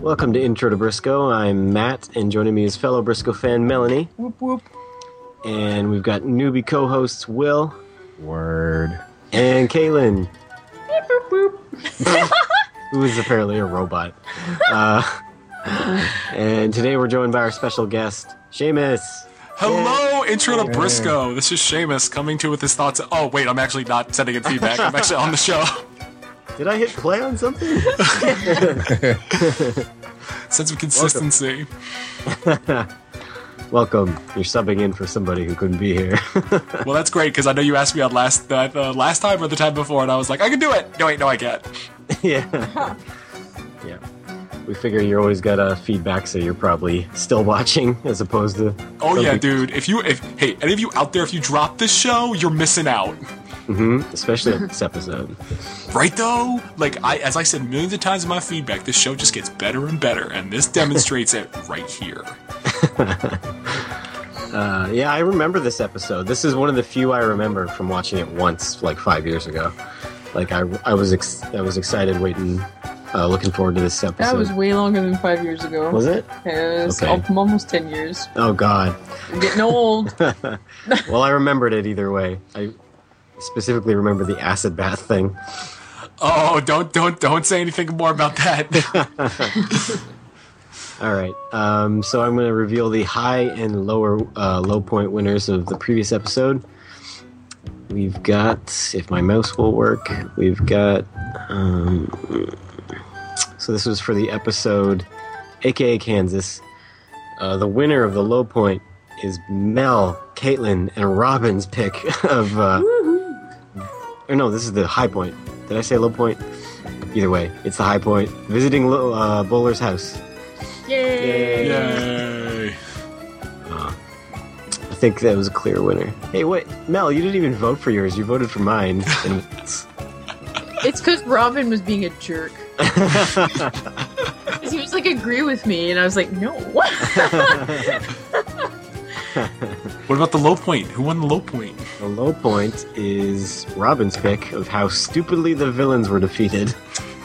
Welcome to Intro to Briscoe. I'm Matt, and joining me is fellow Briscoe fan Melanie. Whoop whoop. And we've got newbie co hosts Will Word. and Kaylin, Beep, boop, boop. who is apparently a robot. Uh, and today we're joined by our special guest, Seamus. Hello, intro to Briscoe. This is Seamus coming to you with his thoughts. Oh, wait, I'm actually not sending in feedback. I'm actually on the show. Did I hit play on something? Sense of consistency. Welcome. You're subbing in for somebody who couldn't be here. Well, that's great because I know you asked me on last the, the last time or the time before, and I was like, I can do it. No, wait, no, I can't. yeah. Yeah. We figure you always got uh, feedback, so you're probably still watching as opposed to. Oh some yeah, people- dude. If you if hey, any of you out there, if you drop this show, you're missing out. Mm-hmm. Mhm, Especially on this episode. Right though, like I as I said millions of times in my feedback, this show just gets better and better, and this demonstrates it right here. Uh, yeah, I remember this episode. This is one of the few I remember from watching it once, like five years ago. Like I, I was, ex- I was excited, waiting, uh, looking forward to this episode. That was way longer than five years ago. Was it? Yeah, it was Okay. al- almost ten years. Oh God. I'm getting old. Well, I remembered it either way. I specifically remember the acid bath thing. Oh, don't don't don't say anything more about that. All right. Um, so I'm going to reveal the high and lower uh, low point winners of the previous episode. We've got, if my mouse will work, we've got. Um, so this was for the episode, aka Kansas. Uh, the winner of the low point is Mel, Caitlin, and Robin's pick of. Uh, or no, this is the high point. Did I say low point? Either way, it's the high point. Visiting Lo- uh, Bowler's house. Yay! Yay. I think that was a clear winner. Hey, wait, Mel, you didn't even vote for yours. You voted for mine. And It's because Robin was being a jerk. 'Cause he was like, agree with me, and I was like, no. What about the low point? Who won the low point? the low point is Robin's pick of how stupidly the villains were defeated.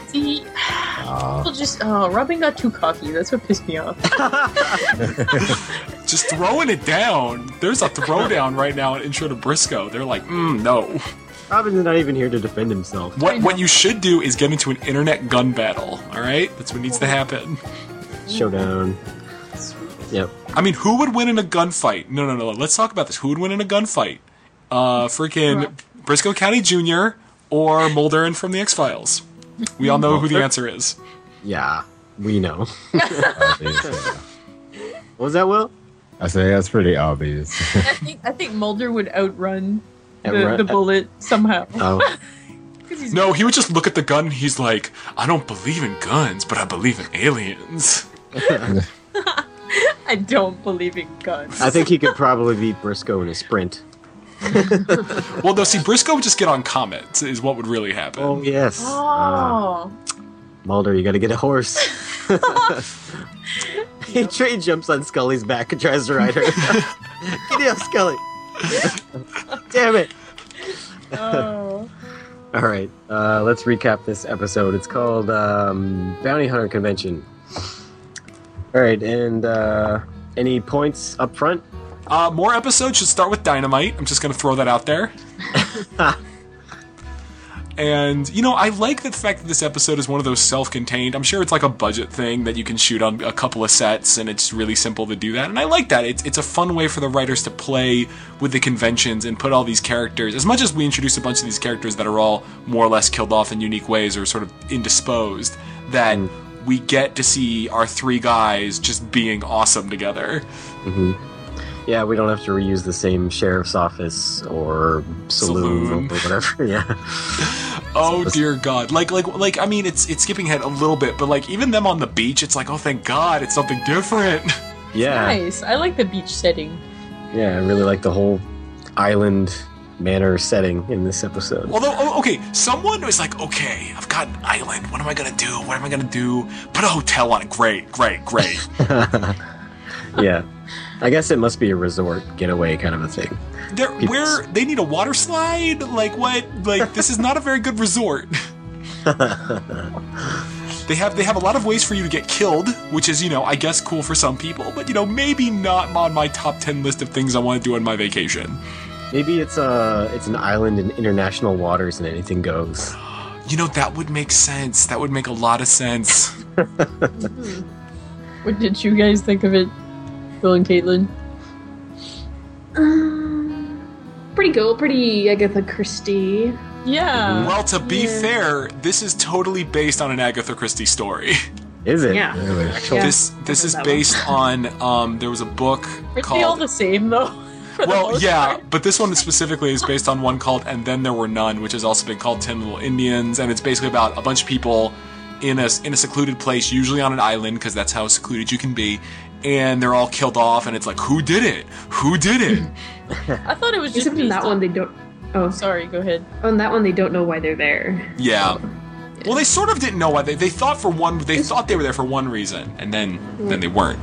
See, Aw. people just oh, Robin got too cocky. That's what pissed me off. just throwing it down. There's a throwdown right now in Intro to Briscoe. They're like, mm, no. Robin's not even here to defend himself. What what you should do is get into an internet gun battle. All right, that's what needs to happen. Showdown. Yep. I mean, who would win in a gunfight? No, no, no. Let's talk about this. Who would win in a gunfight? Uh, freaking Briscoe County Jr. or Mulder from the X Files. We all know who the answer is. Yeah, we know. Obvious, yeah. What was that, Will? I say that's pretty uh, obvious. I think I think Mulder would outrun the, Outrun- the bullet somehow. Oh, 'Cause he's- No, he would just look at the gun. and He's like, I don't believe in guns, but I believe in aliens. I don't believe in guns. I think he could probably beat Briscoe in a sprint. Well, no, see, Briscoe would just get on comments is what would really happen. Oh, yes. Uh, Oh. Mulder, you gotta get a horse. he, tra- he jumps on Scully's back and tries to ride her. Giddy up, Scully. Damn it. oh. All right, uh, let's recap this episode. It's called um, Bounty Hunter Convention. All right, and uh, any points up front? Uh, more episodes should start with dynamite. I'm just gonna throw that out there. and you know, I like the fact that this episode is one of those self-contained. I'm sure it's like a budget thing that you can shoot on a couple of sets, and it's really simple to do that. And I like that. It's it's a fun way for the writers to play with the conventions and put all these characters. As much as we introduce a bunch of these characters that are all more or less killed off in unique ways or sort of indisposed, that Mm. we get to see our three guys just being awesome together. Mm-hmm. Yeah, we don't have to reuse the same sheriff's office or Saloon. saloon, or whatever. Yeah, Oh dear God! Like, like, like. I mean, it's it's skipping ahead a little bit, but like even them on the beach, it's like, oh, thank God, it's something different. yeah, Nice. I like the beach setting. yeah. I really like the whole island manor setting in this episode. Although, oh, okay, someone was like, okay, I've got an island. What am I gonna do? What am I gonna do? Put a hotel on it. Great, great, great. yeah, I guess it must be a resort getaway kind of a thing. They're, where they need a water slide? Like what? Like this is not a very good resort. They have they have a lot of ways for you to get killed, which is you know I guess cool for some people, but you know maybe not on my top ten list of things I want to do on my vacation. Maybe it's uh it's an island in international waters and anything goes. You know that would make sense. That would make a lot of sense. What did you guys think of it, Bill and Caitlin? Um, pretty cool. Pretty Agatha Christie. Yeah. Well, to be Yeah. fair, this is totally based on an Agatha Christie story. Is it? Yeah. Really? Yeah. This this heard is that one. based on um there was a book Aren't they all called the same though? For the Well, most yeah, part? but this one specifically is based on one called "And Then There Were None," which has also been called Ten Little Indians," and it's basically about a bunch of people in a in a secluded place, usually on an island, because that's how secluded you can be. And they're all killed off, and it's like, who did it? Who did it? I thought it was just Except in based that on- one, they don't. Oh, Sorry, go ahead. on that one, they don't know why they're there. yeah. Well, they sort of didn't know why they they thought for one they thought they were there for one reason, and then then they weren't.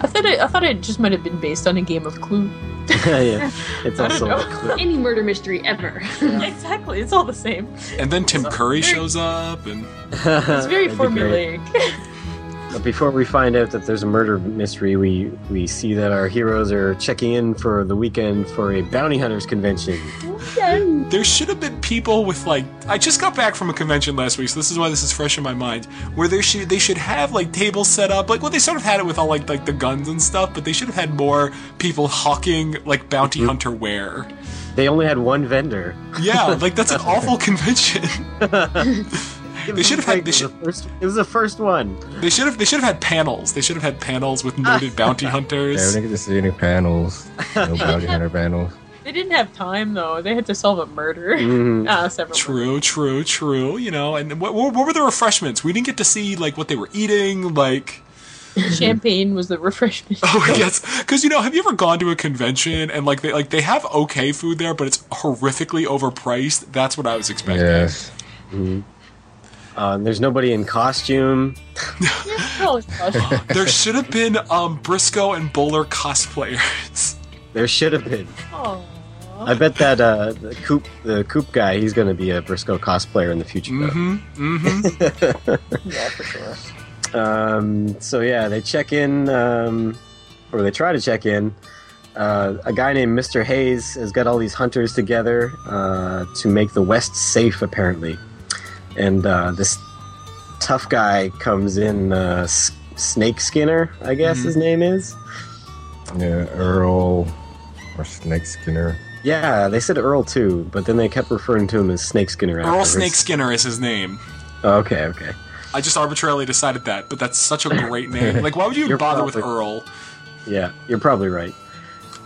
I thought it, I thought it just might have been based on a game of Clue. yeah. It's I don't also know. like clip- Any murder mystery ever. exactly, it's all the same. And then Tim So- Curry shows up, and It's very That'd be great. formulaic. But before we find out that there's a murder mystery, we we see that our heroes are checking in for the weekend for a bounty hunters convention. There should have been people with like I just got back from a convention last week, so this is why this is fresh in my mind. Where there should they should have like tables set up, like well they sort of had it with all like like the guns and stuff, but they should have had more people hawking like bounty hunter wear. Mm-hmm. They only had one vendor. Yeah, like that's an awful convention. Give They them should have a had- break, they It was the first, it was the first one. They should have they should have had panels. They should have had panels with noted bounty Yeah, we hunters. didn't get to see any panels. No bounty hunter panels. they didn't have time though. They had to solve a murder. Mm-hmm. Mhm. Ah, several. True, true, true. You know, and what, what were the refreshments? We didn't get to see like what they were eating, like Champagne was the refreshment. Oh yes, because you know, have you ever gone to a convention and like they like they have okay food there, but it's horrifically overpriced. That's what I was expecting. Yes. Mm-hmm. Uh, and there's nobody in costume. Oh, gosh. There should have been um, Briscoe and Bowler cosplayers. There should have been. Aw. I bet that uh, the coop the coop guy he's going to be a Briscoe cosplayer in the future. though. hmm hmm Yeah, for sure. Um, so yeah, they check in, um, or they try to check in. Uh, a guy named Mr. Hayes has got all these hunters together uh, to make the West safe, apparently. And uh, this tough guy comes in, uh, S- Snake Skinner, I guess Mm-hmm. his name is. Mm-hmm. Yeah, Earl or Snake Skinner. Yeah, they said Earl too, but then they kept referring to him as Snake Skinner. Earl afterwards. Oh, Snake Skinner is his name. Okay, okay. I just arbitrarily decided that, but that's such a great name. Like, why would you You're bother with probably- Earl? Yeah, you're probably right.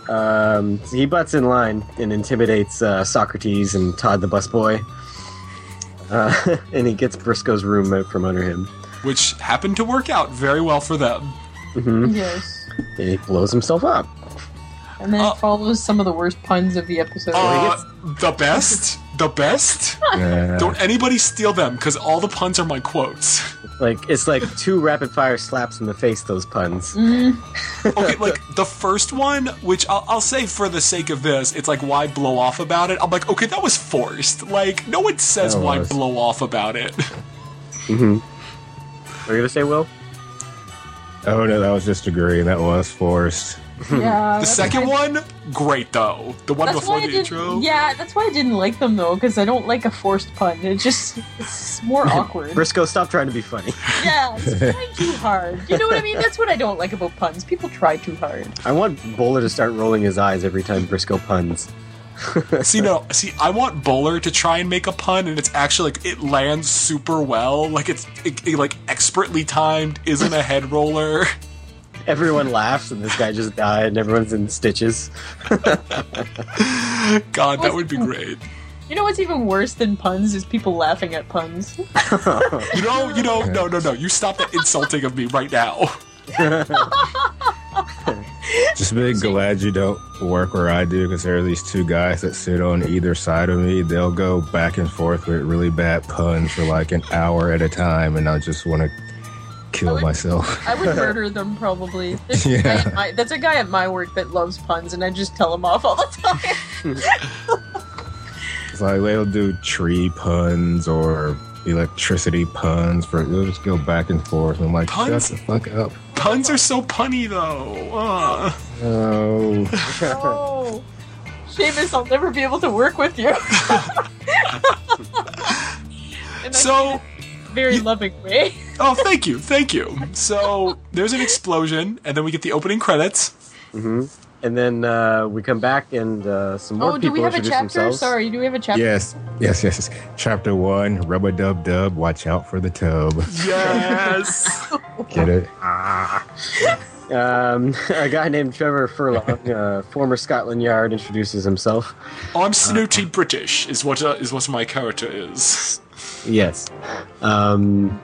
Um, so he butts in line and intimidates uh, Socrates and Todd the busboy. Uh, and he gets Briscoe's room out from under him. Which happened to work out very well for them. hmm Yes. And he blows himself up. And then Uh, follows some of the worst puns of the episode. Uh, the best, the best. Yeah. Don't anybody steal them, because all the puns are my quotes. Like it's like two rapid fire slaps in the face. Those puns. Mm, okay, like the first one, which I'll, I'll say for the sake of this, it's like why blow off about it. I'm like, okay, that was forced. Like no one says That why was. blow off about it. Mm-hmm. What are you gonna say, Will? Oh no, that was just agreeing. That was forced. yeah. the that's second why- one, great though. The one That's before why I the didn't- intro. Yeah, that's why I didn't like them though, because I don't like a forced pun. It just it's more awkward. Briscoe, stop trying to be funny. yeah, it's trying too hard. You know what I mean? That's what I don't like about puns. People try too hard. I want Bowler to start rolling his eyes every time Briscoe puns. See no, see I want Bowler to try and make a pun, and it's actually like it lands super well. Like it's it, it, like expertly timed, isn't a head roller. Everyone laughs, and this guy just died, and everyone's in stitches. God, that would be great. You know what's even worse than puns is people laughing at puns. You know, you know, no, no, no. You stop that insulting of me right now. Just be glad you don't work where I do, because there are these two guys that sit on either side of me. They'll go back and forth with really bad puns for like an hour at a time, and I just want to kill would- myself. I would murder them probably. There's a guy Yeah. at my, that's a guy at my work that loves puns, and I just tell him off all the time. It's like they'll do tree puns or electricity puns for it'll just go back and forth. And I'm like, Puns? shut the fuck up. Puns are so punny though. Uh. No. Oh, Seamus, I'll never be able to work with you. And I So. very loving way. Oh, thank you, thank you. So there's an explosion, and then we get the opening credits. hmm And then uh, we come back and uh, some more Oh, do people we have a introduce chapter? themselves. Sorry, do we have a chapter? Yes, yes, yes, yes. Chapter one, rub a dub dub, watch out for the tub. Yes. Get it? Um, a guy named Trevor Furlong, uh, former Scotland Yard, introduces himself. I'm snooty British, is what uh, is what my character is. Yes. Um,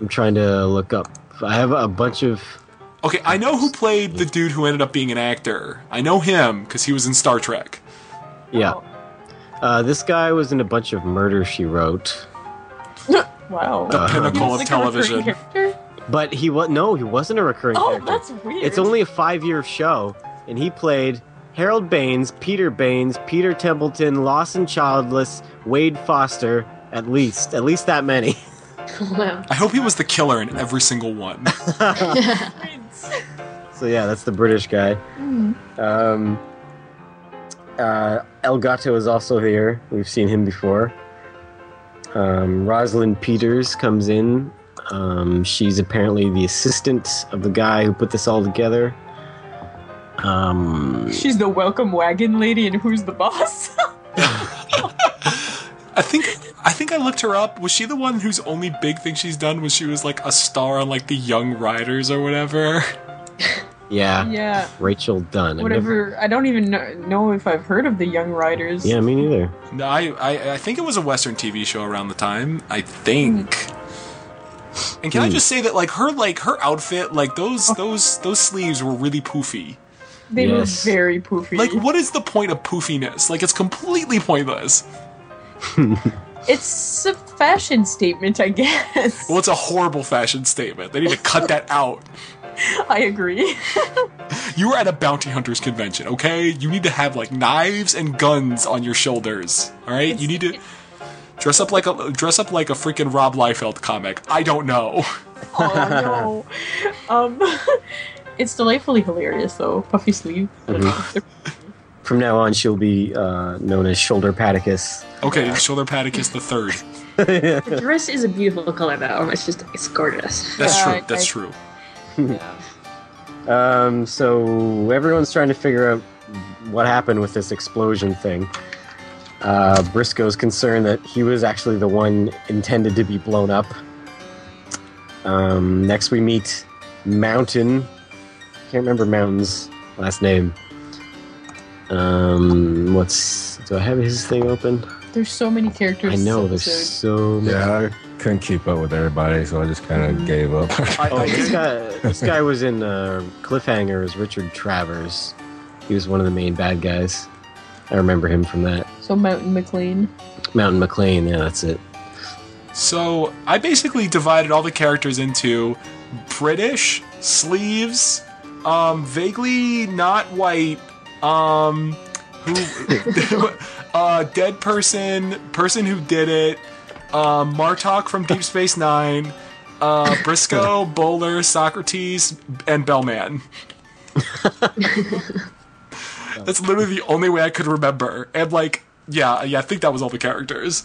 I'm trying to look up. I have a bunch of. Okay, I know who played the dude who ended up being an actor. I know him because he was in Star Trek. Yeah. Uh, this guy was in a bunch of Murder She Wrote, Wow. The Uh, He pinnacle was, of like, a recurring television. character? but he was no, he wasn't a recurring Oh, character. that's weird. It's only a five-year show, and he played Harold Baines, Peter Baines, Peter Templeton, Lawson Childless, Wade Foster, at least, at least that many. Wow. I hope he was the killer in every single one. So yeah, that's the British guy. Um, uh, El Gato is also here. We've seen him before. Um, Rosalind Peters comes in. Um, she's apparently the assistant of the guy who put this all together. Um, She's the welcome wagon lady, and who's the boss? I think I think I looked her up. Was she the one whose only big thing she's done was she was like a star on like the Young Riders or whatever? yeah, yeah. Rachel Dunn. I've never- Whatever. I don't even know, know if I've heard of the Young Riders. yeah, me neither. No, I, I I think it was a Western TV show around the time. I think. And can I Hmm. just say that like her like her outfit like those those those sleeves were really poofy. Oh. They Yes. were very poofy. Like what is the point of poofiness? Like it's completely pointless. It's a fashion statement, I guess. Well, it's a horrible fashion statement. They need to cut that out. I agree. You were at a bounty hunters convention, okay? You need to have like knives and guns on your shoulders. All right? You need to dress up like a dress up like a freaking Rob Liefeld comic. I don't know. Oh no. um, it's delightfully hilarious though. Puffy sleeve. mhm. From now on, she'll be uh, known as Shoulder Paticus. Okay, shoulder paticus the third. The dress is a beautiful color, though. It's just, it's gorgeous. That's Yeah, true. That's I- true. Um, so everyone's trying to figure out what happened with this explosion thing. Uh, Briscoe's concerned that he was actually the one intended to be blown up. Um, next, we meet Mountain. Can't remember Mountain's last name. Um, what's do I have his thing open? There's so many characters. I know this there's episode. so many. Mm-hmm. Yeah, I couldn't keep up with everybody, so I just kind of gave up. I, Oh, I this did- guy, this guy was in uh, Cliffhanger as Richard Travers. He was one of the main bad guys. I remember him from that. So Mountain McLean. Mountain McLean, yeah, that's it. So I basically divided all the characters into British sleeves, um, vaguely not white, um, who, uh, dead person, person who did it, um, Martok from Deep Space Nine, uh, Briscoe, Bowler, Socrates, and Bellman. That's literally the only way I could remember. And like, yeah, yeah, I think that was all the characters.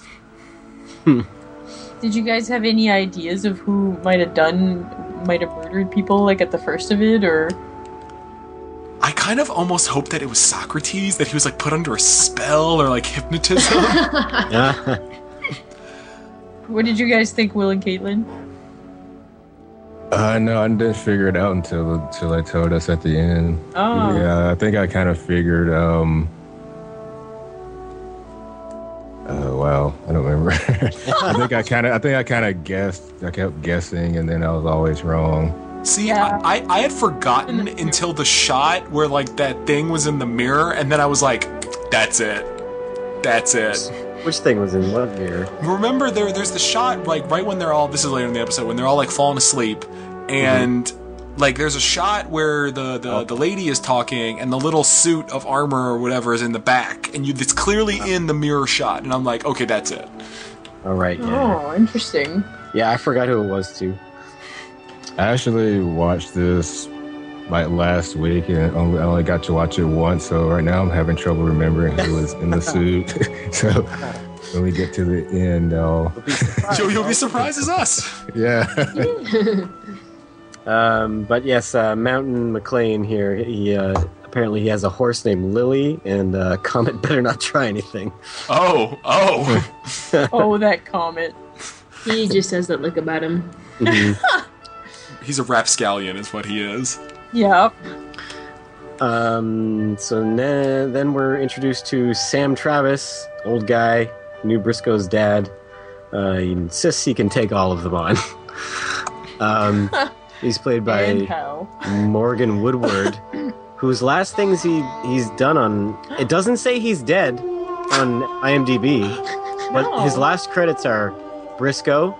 Did you guys have any ideas of who might have done, might have murdered people like at the first of it, or I kind of almost hoped that it was Socrates, that he was like put under a spell or like hypnotism. Ah, what did you guys think, Will and Caitlin? Uh, no, I didn't figure it out until until they told us at the end. Oh. Yeah, I think I kind of figured. um Oh wow, I don't remember. I think I kind of, I think I kind of guessed. I kept guessing, and then I was always wrong. See, Yeah. I, I, I had forgotten until the shot where like that thing was in the mirror, and then I was like, that's it. That's it. which thing was in what year? Remember, there there's the shot like right when they're all. This is later in the episode when they're all like falling asleep, and like there's a shot where the the, the lady is talking, and the little suit of armor or whatever is in the back, and you it's clearly in the mirror shot, and I'm like, okay, that's it. All right. Yeah. Oh, interesting. Yeah, I forgot who it was too. I actually watched this like last week and only, I only got to watch it once. So right now I'm having trouble remembering who was in the suit. so when we get to the end, I'll, Joe, you'll be surprised as us. Oh. yeah. Um, but yes, uh, Mountain McLean here. He uh, apparently he has a horse named Lily, and uh, Comet better not try anything. Oh, oh. Oh, that comet. he just has that look about him. Mm-hmm. He's a rapscallion, is what he is. Yeah. Um, so ne- then we're introduced to Sam Travis, old guy, new Briscoe's dad. Uh, he insists he can take all of them on. um, he's played by And how? Morgan Woodward, whose last things he he's done on it doesn't say he's dead on IMDb, but No. his last credits are Briscoe,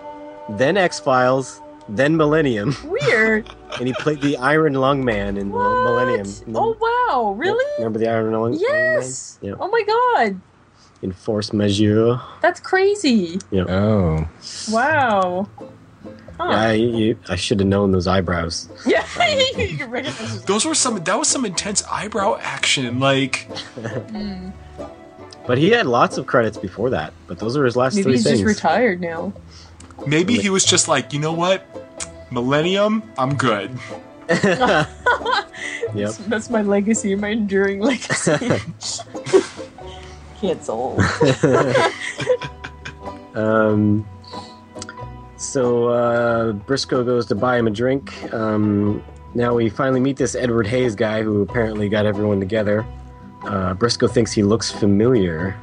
then X Files, then Millennium, Weird. and he played the Iron Lung Man in the Millennium. What? Oh wow! Really? Remember the Iron Lung? Yes. Iron Man? Oh my god, Yeah. In Force Majeure. that's crazy! Oh, Wow. Yeah, Huh. I, you, I should have known those eyebrows. Yeah. you can recognize it. Those were some. That was some intense eyebrow action. Like, Mm. But he had lots of credits before that. But those are his last Maybe three he's things. just retired now. maybe he was just like, you know what, Millennium, I'm good. Yep. That's my legacy, my enduring legacy. Cancel. Um, so uh, Briscoe goes to buy him a drink. Um, now we finally meet this Edward Hayes guy who apparently got everyone together. Uh, Briscoe thinks he looks familiar.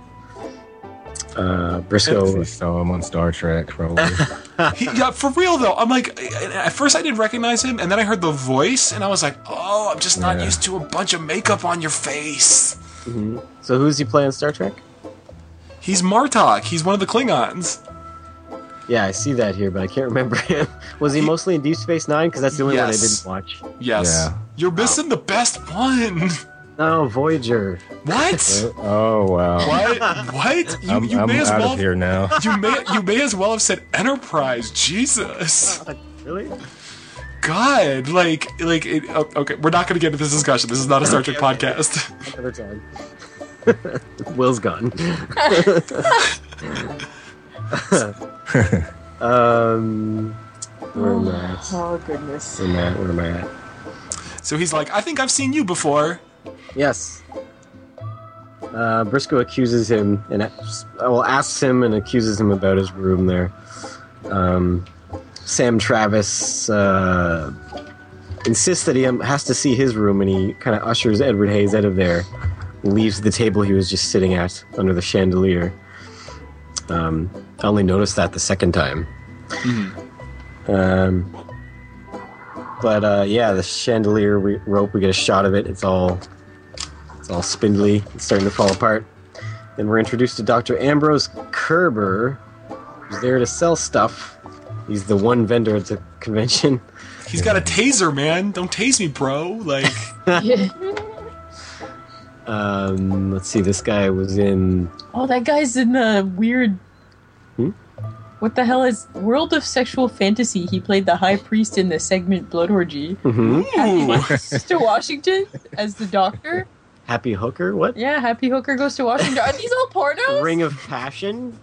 Uh, Briscoe, we saw him on Star Trek probably. He, yeah, for real though. I'm like, at first I didn't recognize him, and then I heard the voice, and I was like, oh, I'm just not Yeah. used to a bunch of makeup on your face. Mhm. so who's he play on Star Trek? He's Martok. He's one of the Klingons. Yeah, I see that here, but I can't remember him. Was he mostly in Deep Space Nine? Because that's the only Yes. one I didn't watch. Yes. Yeah. You're missing the best one. No, Oh, Voyager. What? oh wow. what? What? You, I'm, you I'm may as out well. of here now. You may you may as well have said Enterprise. Jesus. Oh, Really? God, like, like, it, oh, okay, we're not going to get into this discussion. This is not a Star Trek podcast. Another time. Will's gone. um, where am I at? Oh goodness. Where am I at? Where am I at? So he's like, I think I've seen you before. Yes. Uh, Briscoe accuses him and asks- well asks him and accuses him about his room there. Um, Sam Travis uh, insists that he um, has to see his room, and he kind of ushers Edward Hayes out of there, leaves the table he was just sitting at under the chandelier. Um, I only noticed that the second time. Mm-hmm. Um, but uh, yeah, the chandelier we, rope, we get a shot of it. It's all it's all spindly. It's starting to fall apart. Then we're introduced to Dr. Ambrose Kerber, who's there to sell stuff. He's the one vendor at the convention. He's got a taser, man. Don't tase me, bro. Like, Yeah. Um, let's see, this guy was in. Oh, that guy's in the weird. Hmm? What the hell is World of Sexual Fantasy? He played the High Priest in the segment Blood Orgy. Mhm. Happy ooh. Hooker goes to Washington as the doctor. Happy Hooker? What? Yeah, Happy Hooker goes to Washington. Are these all pornos? Ring of Passion?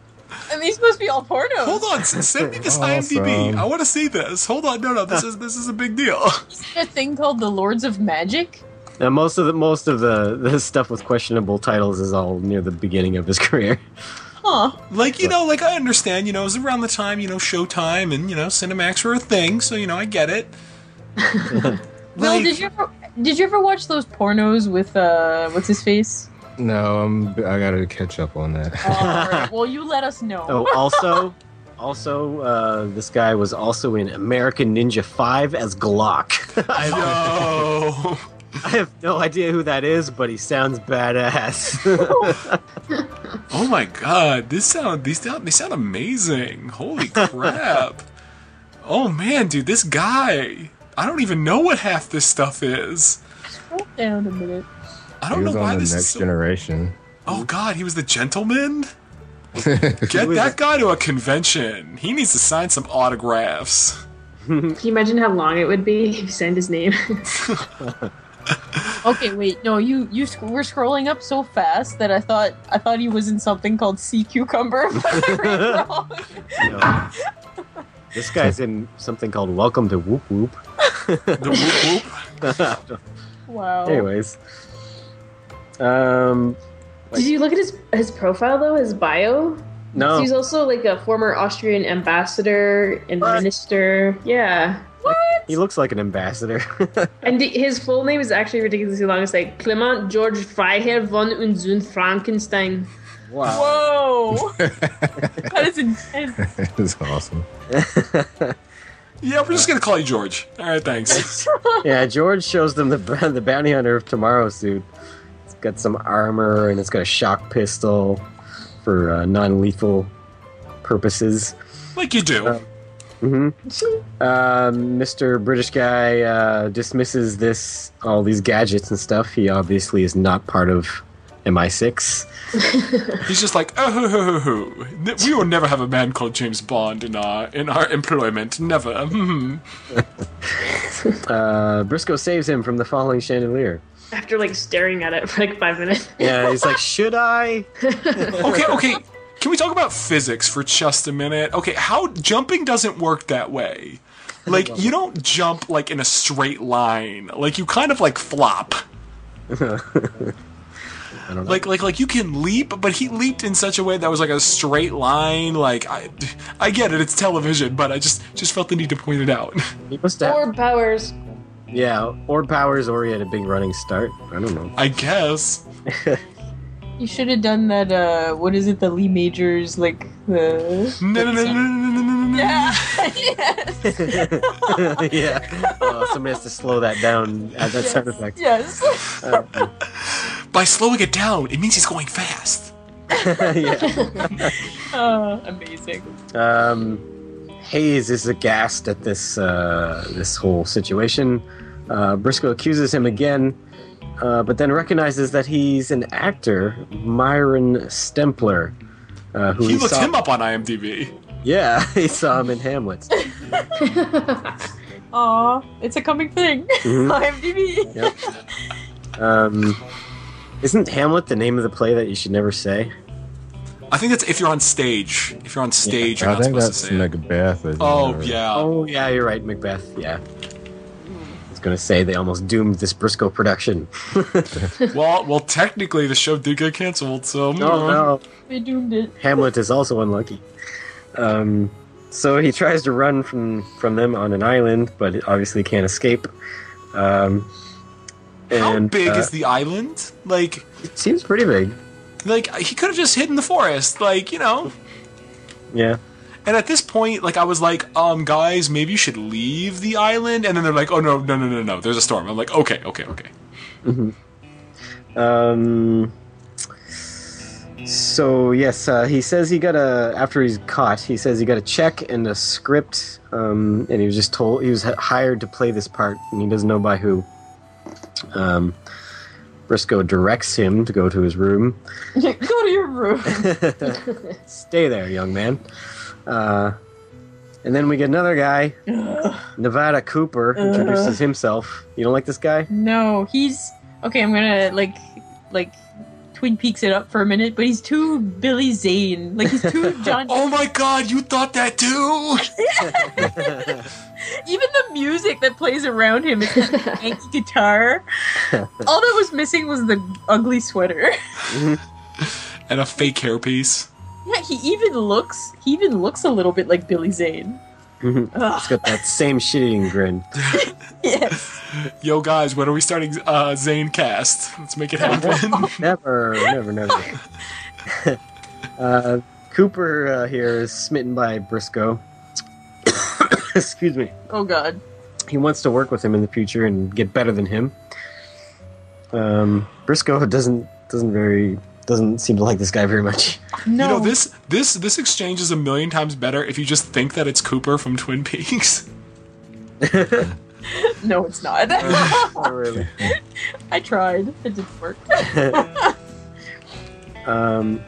And these must be all pornos. Hold on, s- send me this Awesome. IMDb. I want to see this. Hold on, no, no, this is this is a big deal. Is there a thing called the Lords of Magic? Now, most of the most of the, the stuff with questionable titles is all near the beginning of his career. Huh. Like, you know, like I understand. You know, it was around the time you know Showtime and you know Cinemax were a thing, so you know I get it. Will, Like- did you ever did you ever watch those pornos with uh what's his face? No, I'm. I gotta catch up on that. Alright, well, you let us know. Oh, also, also, uh, this guy was also in American Ninja Five as Glock. I have No. I have no idea who that is, but he sounds badass. Oh my god, this sound these sound they sound amazing. Holy crap. oh man, dude, this guy. I don't even know what half this stuff is. Scroll down a minute. I He don't was know why on the this Next is so- Generation. Oh god, he was the gentleman? Get was that it? guy to a convention. He needs to sign some autographs. Can you imagine how long it would be if you signed his name? Okay, wait. No, you you sc- we're scrolling up so fast that I thought I thought he was in something called Sea Cucumber. but I read wrong. No. this guy's in something called Welcome to Whoop Whoop. The whoop whoop. wow. Anyways, um, Did you look at his his profile though? His bio. no, He's also like a former Austrian ambassador and What? minister. Yeah. he looks like an ambassador. And the, his full name is actually ridiculously long. It's like Clement George Freiherr von Unzun Frankenstein. wow. Whoa. that is intense. it's awesome. Yeah, we're just gonna call you George. All right, thanks. Yeah, George shows them the the bounty hunter of tomorrow suit. It's got some armor and it's got a shock pistol for uh, non-lethal purposes. like you do. hmm Um, Mr. British guy uh, dismisses this all these gadgets and stuff. He obviously is not part of MI6. He's just like, oh, hoo, hoo, hoo, hoo. N- we will never have a man called James Bond in our in our employment. Never. Hmm. Uh, Briscoe saves him from the falling chandelier. After like staring at it for like five minutes. Yeah, he's like, should I? okay, okay. Can we talk about physics for just a minute? Okay, how jumping doesn't work that way. Like you don't jump like in a straight line. Like you kind of like flop. I don't know. Like like like you can leap, but he leaped in such a way that was like a straight line. Like I I get it, it's television, but I just just felt the need to point it out. he must have. Orb powers. yeah, or powers, or he had a big running start. I don't know. I guess. You should have done that. Uh, what is it? The Lee Majors like the. No no no no no no no no. Yeah. yes. yeah. Oh, somebody has to slow that down. Add that sound effect. Yes. By slowing it down, Oh, it means he's going fast. yeah. Uh, amazing. Um, Hayes is aghast at this uh, this whole situation. Uh, Briscoe accuses him again, uh, but then recognizes that he's an actor, Myron Stempler. Uh, who He looked saw, him up on IMDb. Yeah, he saw him in Hamlet. Aw, it's a coming thing. Mhm. IMDb. Um, isn't Hamlet the name of the play that you should never say? I think that's if you're on stage. If you're on stage, I you're not think supposed to that's say. it. Macbeth. isn't Oh it? yeah. Oh, yeah, you're right, Macbeth. Yeah. I was going to say they almost doomed this Briscoe production. Well, well, technically the show did get canceled, so Oh, no. They doomed it. Hamlet is also unlucky. Um, so he tries to run from, from them on an island, but obviously can't escape. Um, How and, big uh, is the island? Like, it? Seems pretty big. like he could have just hid in the forest, like you know. Yeah. And at this point, like I was like, um, guys, maybe you should leave the island. And then they're like, oh no, no, no, no, no, there's a storm. I'm like, okay, okay, okay. Um, so yes, uh, he says he got a after he's caught. He says he got a check and a script, um, and he was just told he was h- hired to play this part, and he doesn't know by who. Um, Briscoe directs him to go to his room. Go to your room. Stay there, young man. Uh, and then we get another guy, Nevada Cooper, introduces himself. You don't like this guy? No, he's okay. I'm gonna like, like, Twin Peaks it up for a minute, but he's too Billy Zane. Like he's too John. Oh my God, you thought that too? Even the music that plays around him is that janky guitar. All that was missing was the ugly sweater. And a fake hairpiece. yeah, he even looks. He even looks a little bit like Billy Zane. Mhm. He's Ugh, got that same shit-eating grin. yes. Yo, guys, when are we starting uh, Zane Cast? Let's make it happen. never, never, never. uh, Cooper uh, here is smitten by Briscoe. Excuse me. Oh God. He wants to work with him in the future and get better than him. Um, Briscoe doesn't doesn't very doesn't seem to like this guy very much. No. You know this this this exchange is a million times better if you just think that it's Cooper from Twin Peaks. No, it's not. Not really. I tried. It didn't work. Um,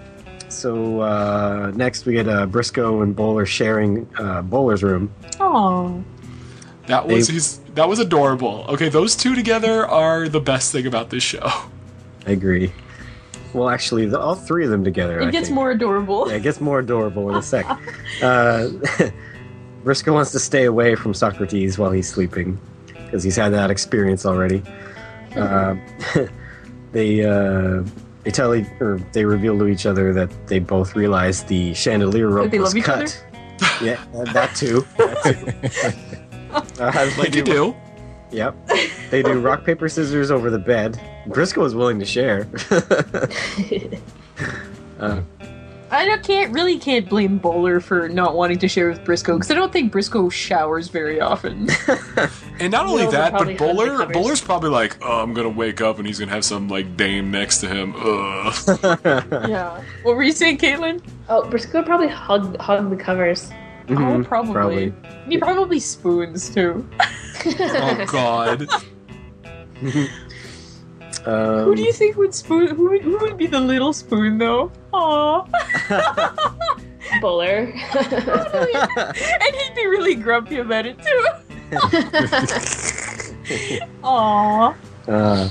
So uh, next we get uh, Briscoe and Bowler sharing uh, Bowler's room. Oh, That was They- his, that was adorable. Okay, those two together are the best thing about this show. I agree. Well, actually, the, all three of them together. I it gets think. more adorable. Yeah, it gets more adorable in a sec. Uh, Briscoe wants to stay away from Socrates while he's sleeping because he's had that experience already. Uh, they uh, they tell e- or they reveal to each other that they both realize the chandelier rope That they was love each cut. Yeah, uh, that too. That too. Uh, Like they you do. Yep. They do rock paper scissors over the bed. Briscoe is willing to share. uh, I don't, can't really can't blame Bowler for not wanting to share with Briscoe because I don't think Briscoe showers very often. And not only No, they're that, probably but Bowler undercovers. Bowler's probably like, oh, I'm gonna wake up and he's gonna have some like dame next to him. Ugh. yeah. What were you saying, Caitlin? Oh, Briscoe probably hug hug the covers. mhm, oh, probably. He probably spoons too. oh God. Um, who do you think would spoon? Who would, who would be the little spoon though? Aww. Bowler. and he'd be really grumpy about it too. Aww. Uh,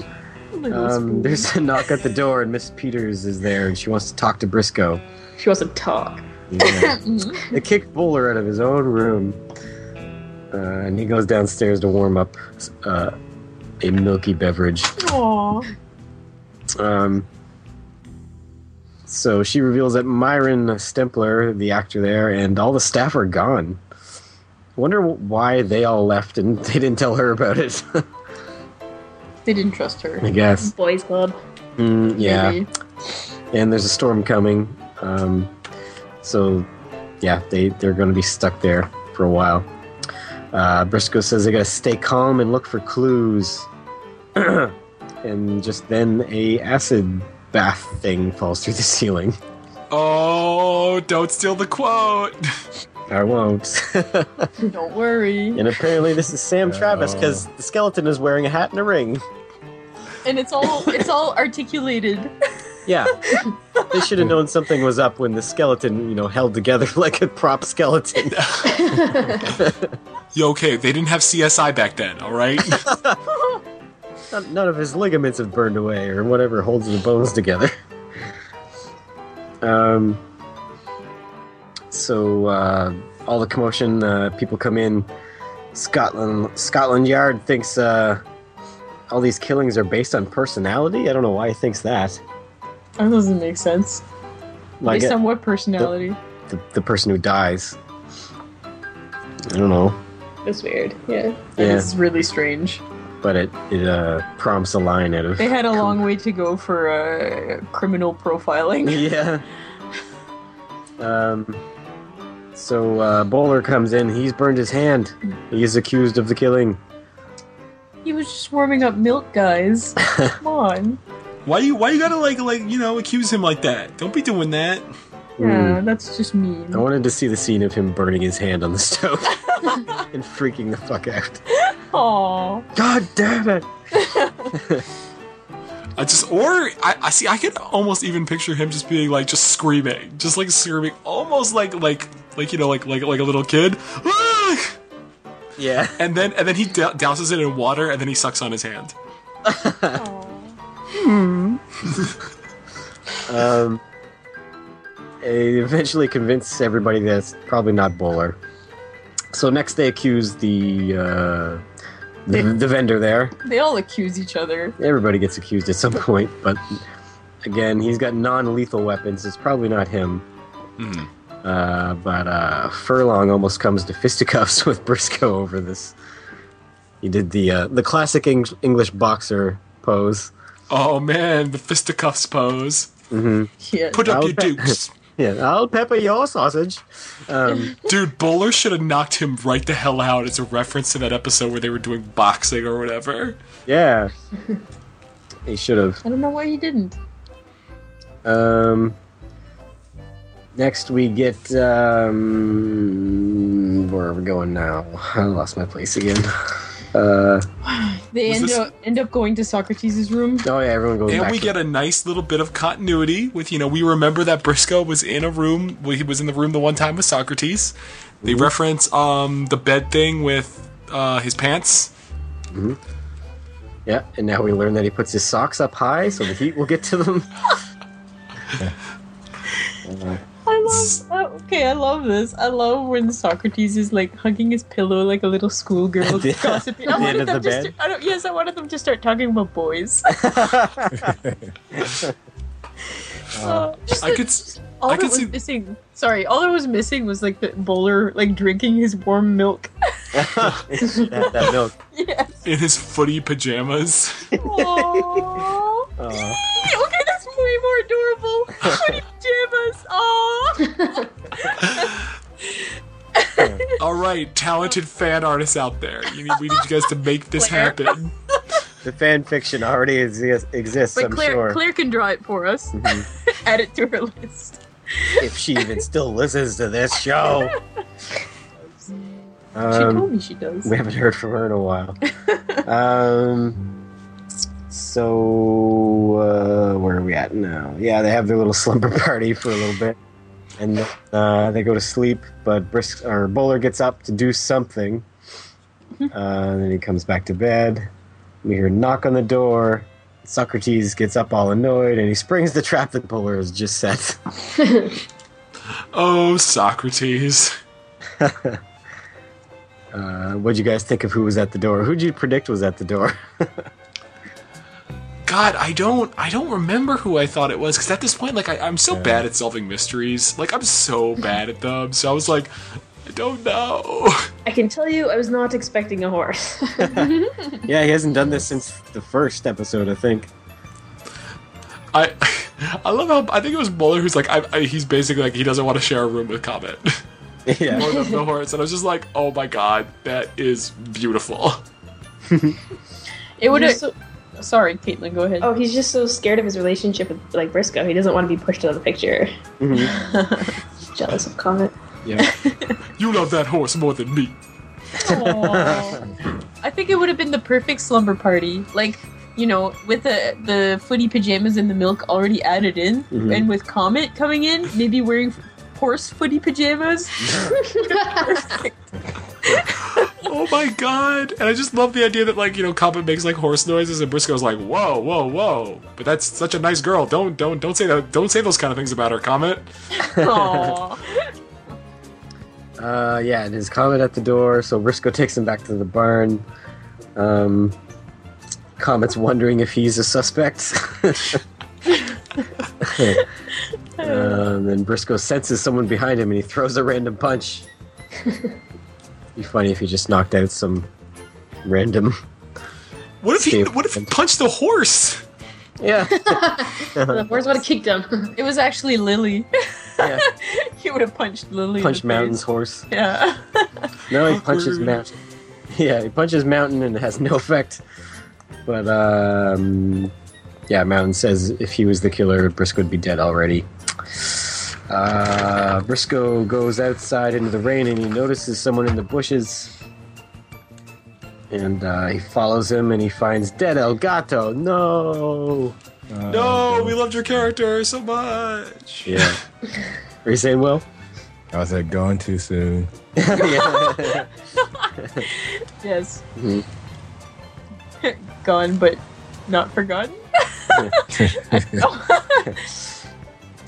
Oh Little um, spoon. there's a knock at the door, and Miss Peters is there, and she wants to talk to Briscoe. she wants to talk. Yeah. Mm. they kick Bowler out of his own room, uh, and he goes downstairs to warm up uh, a milky beverage. Aww. Um, so she reveals that Myron Stempler, the actor there, and all the staff are gone. Wonder why they all left and they didn't tell her about it. They didn't trust her. I guess. Boys club. Mm, yeah. Maybe. and there's a storm coming. Um, so, yeah, they, they're going to be stuck there for a while. Uh, Briscoe says they got to stay calm and look for clues. and just then a acid bath thing falls through the ceiling. Oh, don't steal the quote. I won't. Don't worry. and apparently this is Sam Travis Oh. because the skeleton is wearing a hat and a ring. And it's all it's all articulated. Yeah. they should have known something was up when the skeleton, you know, held together like a prop skeleton. Yo, okay, they didn't have CSI back then. All right. None none of his ligaments have burned away, or whatever holds the bones together. um, so uh, all the commotion, uh, people come in. Scotland Scotland Yard thinks uh, all these killings are based on personality. I don't know why he thinks that. That doesn't make sense. Like Based uh, on what personality? the, the person who dies. I don't know, That's weird. Yeah. That Yeah. is really strange. but it it uh, prompts a line out of They had a long way to go for uh, criminal profiling. yeah. Um. So uh, Bowler comes in. He's burned his hand. He is accused of the killing. He was just warming up milk, guys. Come on. why you Why you gotta like like you know accuse him like that? Don't be doing that. Hmm. Yeah, that's just mean. I wanted to see the scene of him burning his hand on the stove and freaking the fuck out. Aww. God damn it! I just or I, I see I could almost even picture him just being like just screaming, just like screaming, almost like like like you know like like like a little kid. Ah! Yeah. And then and then he d- douses it in water and then he sucks on his hand. Hmm. Um. They eventually convince everybody that it's probably not Bowler. So next they accuse the uh, the, the vendor there. They all accuse each other. everybody gets accused at some point, but again, he's got non-lethal weapons. It's probably not him. Mhm. Uh, but uh, Furlong almost comes to fisticuffs with Briscoe over this. He did the uh, the classic Eng- English boxer pose. Oh man, the fisticuffs pose. Mm-hmm. Yeah. Put up I'll your bet- dukes. Yeah, I'll pepper your sausage. Um, Dude, Bowler should have knocked him right the hell out. It's a reference to that episode where they were doing boxing or whatever. yeah, he should have. I don't know why he didn't. Um, next we get um, where are we going now? I lost my place again. Uh, They Was end this- up, end up going to Socrates' room. Oh yeah, everyone goes And back. we to- get a nice little bit of continuity with, you know, we remember that Briscoe was in a room, well, he was in the room the one time with Socrates. They reference um, the bed thing with uh, his pants. yeah, and now we learn that he puts his socks up high so the heat will get to them. Uh, I love. oh, okay, I love this. I love when Socrates is like hugging his pillow like a little schoolgirl, Yeah. gossiping. At I the end wanted them of the just. bed. To, I don't, yes, I wanted them to start talking about boys. Uh, just I the- could s- all I that could was see- missing. Sorry, all that was missing was like the bowler like drinking his warm milk. that, that milk. yes. in his footy pajamas. Aww. Aw. okay, that's way more adorable. Pretty pajamas. Aww. All right, talented fan artists out there, you need, we need you guys to make this Claire. happen. The fan fiction already exi- exists. But I'm Claire, sure Mm-hmm. Claire can draw it for us. Add it to her list. if she even still listens to this show. She Um, told me she does. We haven't heard from her in a while. um, so uh, where are we at now? Yeah, they have their little slumber party for a little bit, and uh, they go to sleep. But Brisk or Bowler gets up to do something, uh, Mm-hmm. and then he comes back to bed. We hear a knock on the door. Socrates gets up all annoyed, and he springs the trap that Bowler has just set. Oh, Socrates. Uh, what'd you guys think of who was at the door? Who'd you predict was at the door? God, I don't, I don't remember who I thought it was because at this point, like, I, I'm so bad at solving mysteries. Like, I'm so bad at them. So I was like, I don't know. I can tell you, I was not expecting a horse. yeah, he hasn't done this since the first episode, I think. I, I love how I think it was Muller who's like, I, I, he's basically like, he doesn't want to share a room with Comet Yeah. or the, the horse, and I was just like, oh my god, that is beautiful. It would have. Just so- Sorry, Caitlin, go ahead. oh, he's just so scared of his relationship with like Briscoe. He doesn't want to be pushed out of the picture. Mm-hmm. Jealous of Comet. Yeah. You love that horse more than me. Aw. I think it would have been the perfect slumber party. Like, you know, with the the footy pajamas and the milk already added in, Mhm. and with Comet coming in, maybe wearing horse footy pajamas. Oh my god! And I just love the idea that like you know Comet makes like horse noises and Briscoe's like whoa whoa whoa. But that's such a nice girl. Don't don't don't say that. Don't say those kind of things about her, Comet. Aw. Uh, yeah, and his comet at the door, so Briscoe takes him back to the barn. Um, Comet's wondering if he's a suspect. um, and Briscoe senses someone behind him and he throws a random punch. be funny if he just knocked out some random. What if he? Steve. What if he punched the horse? Yeah. Uh-huh. The horse would have kicked him. it was actually Lily. yeah. he would have punched Lily. in Punch the Mountain's face. horse. Yeah. No, he punches Awkward. mountain. Yeah, he punches mountain and it has no effect. But um, yeah, Mountain says if he was the killer, Briscoe would be dead already. Uh, Briscoe goes outside into the rain and he notices someone in the bushes. And uh, he follows him and he finds dead El Gato. No. Uh, No, we loved your character so much. Yeah. Are you saying well? I was like, gone too soon. yeah. Hmm. Yes. Mhm. Gone, but not forgotten.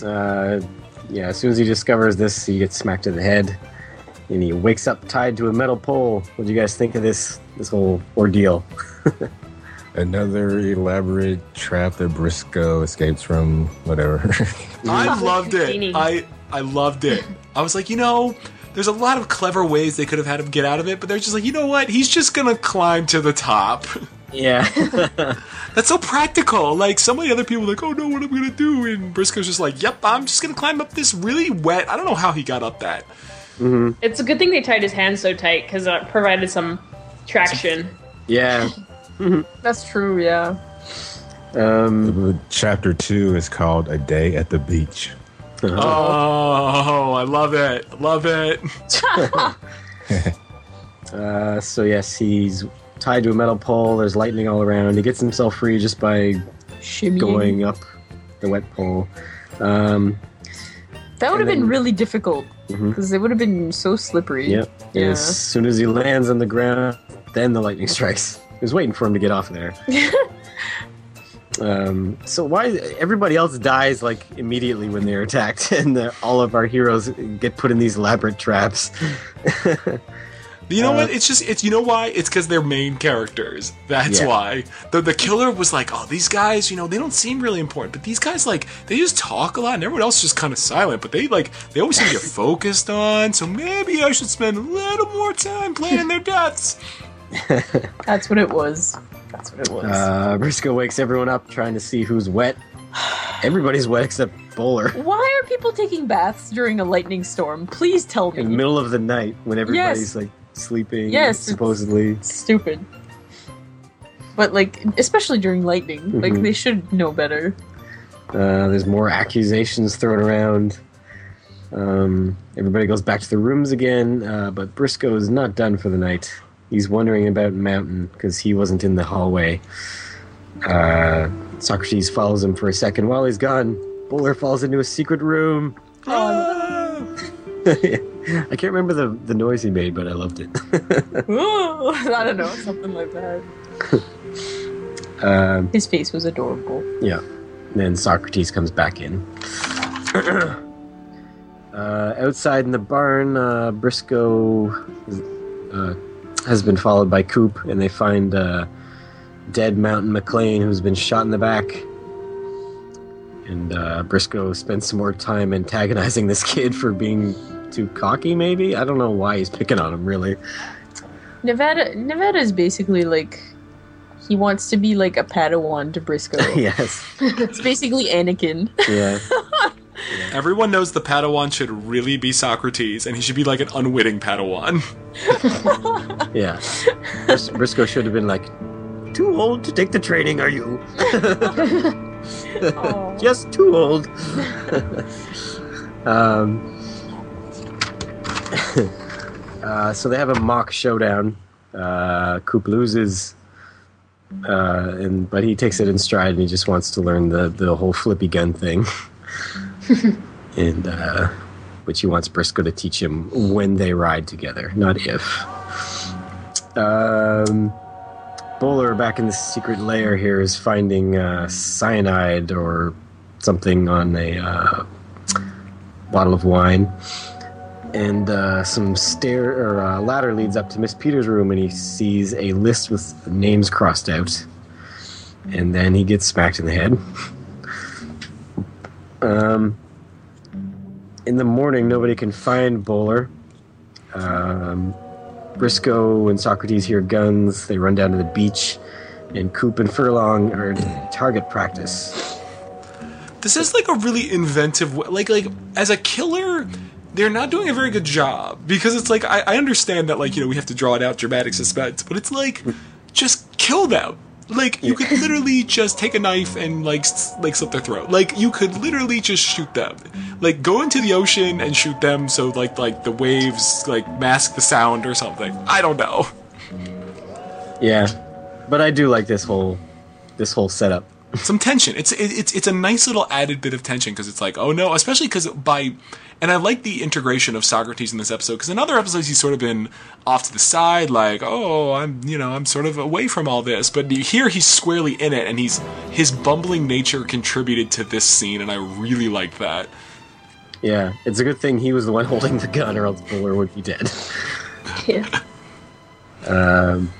uh, yeah, as soon as he discovers this, he gets smacked in the head, and he wakes up tied to a metal pole. What do you guys think of this this whole ordeal? Another elaborate trap that Briscoe escapes from, whatever. I loved it. Meaning. I I loved it. I was like, you know, there's a lot of clever ways they could have had him get out of it, but they're just like, you know what? He's just gonna climb to the top. Yeah, That's so practical. Like so many other people, are like, oh no, what am I gonna do? And Briscoe's just like, yep, I'm just gonna climb up this really wet. I don't know how he got up that. Mm-hmm. It's a good thing they tied his hands so tight because it provided some traction. yeah. That's true. Yeah. Um, Chapter two is called "A Day at the Beach." Uh-huh. Oh, I love it, love it. uh, so yes, he's tied to a metal pole. There's lightning all around. He gets himself free just by Shimmy. going up the wet pole. Um, That would have been then- really difficult Mhm. because it would have been so slippery. yep. And Yeah. as soon as he lands on the ground, then the lightning strikes. He was waiting for him to get off there. um, so why everybody else dies like immediately when they're attacked, and the, all of our heroes get put in these elaborate traps? You know Uh, what? It's just it's you know why? It's because they're main characters. That's Yeah. why. The the killer was like, oh, these guys, you know, they don't seem really important, but these guys like they just talk a lot, and everyone else is just kind of silent. But they like they always seem to get focused on. So maybe I should spend a little more time planning their deaths. That's what it was. That's what it was. Uh, Briscoe wakes everyone up trying to see who's wet. Everybody's wet except Bowler. Why are people taking baths during a lightning storm? Please tell In the me. middle of the night when everybody's Yes. like sleeping, Yes, supposedly. It's stupid. But like, especially during lightning, like Mhm. they should know better. Uh, there's more accusations thrown around. Um, everybody goes back to the rooms again, uh, but Briscoe is not done for the night. He's wondering about Mountain because he wasn't in the hallway. Uh, Socrates follows him for a second. While he's gone, Bowler falls into a secret room. Uh, I can't remember the, the noise he made, but I loved it. Ooh, I don't know, something like that. um, His face was adorable. yeah. Then Socrates comes back in. uh, outside in the barn, uh, Briscoe uh, has been followed by Coop, and they find uh, dead Mountain McLean, who's been shot in the back. And uh, Briscoe spends some more time antagonizing this kid for being too cocky, maybe? I don't know why he's picking on him, really. Nevada, Nevada is basically like he wants to be like a Padawan to Briscoe. yes. It's basically Anakin. Yeah. Everyone knows the Padawan should really be Socrates, and he should be like an unwitting Padawan. Yeah. Bris- Briscoe should have been like, too old to take the training, are you? Aw. Just too old. um, uh, so they have a mock showdown. Uh, Coop loses, uh, and but he takes it in stride and he just wants to learn the, the whole flippy gun thing. and uh, which he wants Briscoe to teach him when they ride together, not if. Um, Bowler back in the secret lair here is finding uh, cyanide or something on a uh, bottle of wine, and uh, some stair or uh, ladder leads up to Miss Peters' room, and he sees a list with names crossed out, and then he gets smacked in the head. um, in the morning, nobody can find Bowler. Um, Briscoe and Socrates hear guns. They run down to the beach, and Coop and Furlong are in target practice. this is like a really inventive way like like as a killer they're not doing a very good job because it's like I, I understand that like you know we have to draw it out dramatic suspense but it's like just kill them like you could literally just take a knife and like s- like slit their throat like you could literally just shoot them like go into the ocean and shoot them so like like the waves like mask the sound or something i don't know Yeah, but I do like this whole this whole setup. some tension. It's it, it's it's a nice little added bit of tension because it's like, oh no, especially because by, and I like the integration of Socrates in this episode because in other episodes he's sort of been off to the side, like, oh, I'm you know I'm sort of away from all this, but here he's squarely in it, and he's his bumbling nature contributed to this scene, and I really liked that. Yeah, it's a good thing he was the one holding the gun, or else Buller would be dead. Yeah. Um,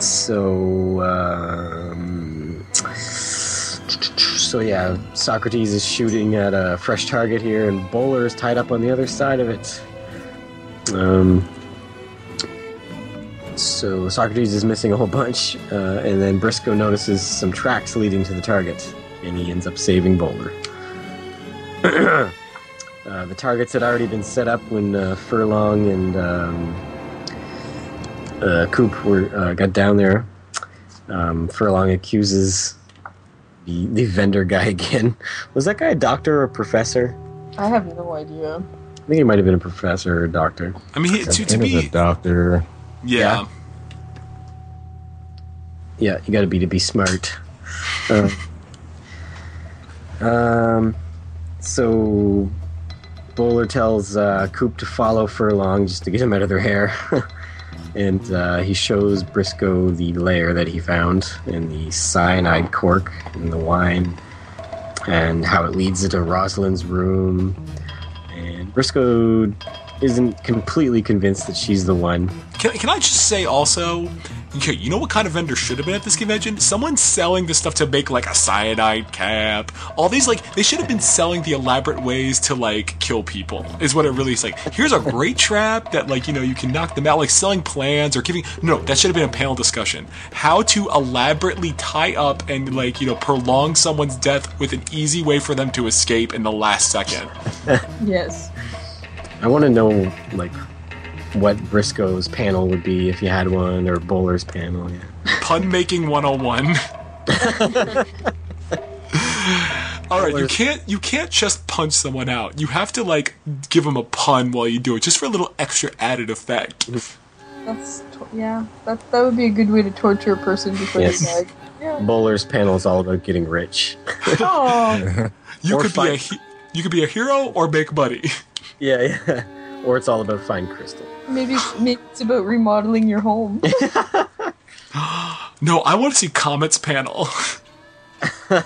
so, um, so yeah, Socrates is shooting at a fresh target here, and Bowler is tied up on the other side of it. Um, so Socrates is missing a whole bunch, uh, and then Briscoe notices some tracks leading to the target, and he ends up saving Bowler. Uh, the targets had already been set up when uh, Furlong and um, uh, Coop were uh, got down there. Um, Furlong accuses the, the vendor guy again. Was that guy a doctor or a professor? I have no idea. I think he might have been a professor or a doctor. I mean, he, to to And as a be doctor, yeah. yeah, you got to be to be smart. Uh, um, so Bowler tells uh, Coop to follow Furlong just to get him out of their hair, and uh, he shows Briscoe the lair that he found and the cyanide cork in the wine, and how it leads to Rosalind's room. And Briscoe isn't completely convinced that she's the one. Can, can I just say also, okay, you know what kind of vendor should have been at this convention? Someone selling this stuff to make like a cyanide cap. All these like they should have been selling the elaborate ways to like kill people. Is what it really is like. Here's a great trap that like you know you can knock them out. Like selling plans or giving. No, that should have been a panel discussion. How to elaborately tie up and like you know prolong someone's death with an easy way for them to escape in the last second. Yes. I want to know like what Briscoe's panel would be if you had one, or Bowler's panel. Yeah. Pun making 101. All right, you can't you can't just punch someone out. You have to like give them a pun while you do it, just for a little extra added effect. That's to- yeah. That that would be a good way to torture a person before Yes. they die. Yeah. Bowler's panel is all about getting rich. Oh, You Or could be a fight. he- you could be a hero or make money. yeah, yeah. Or it's all about fine crystal. maybe maybe it's about remodeling your home. No, I want to see Comet's panel. Oh,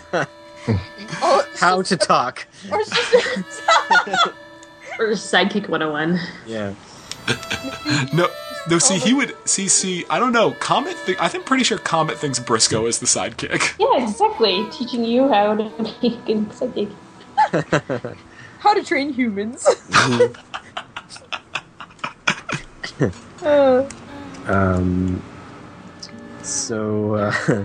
How to talk. or it's just Or oh Sidekick 101. Yeah. No, no. See, he would see. See, I don't know. Comet. Th- I think pretty sure Comet thinks Briscoe is the sidekick. Yeah, exactly. Teaching you how to make a psychic. how to train humans. Uh, Um, so, uh,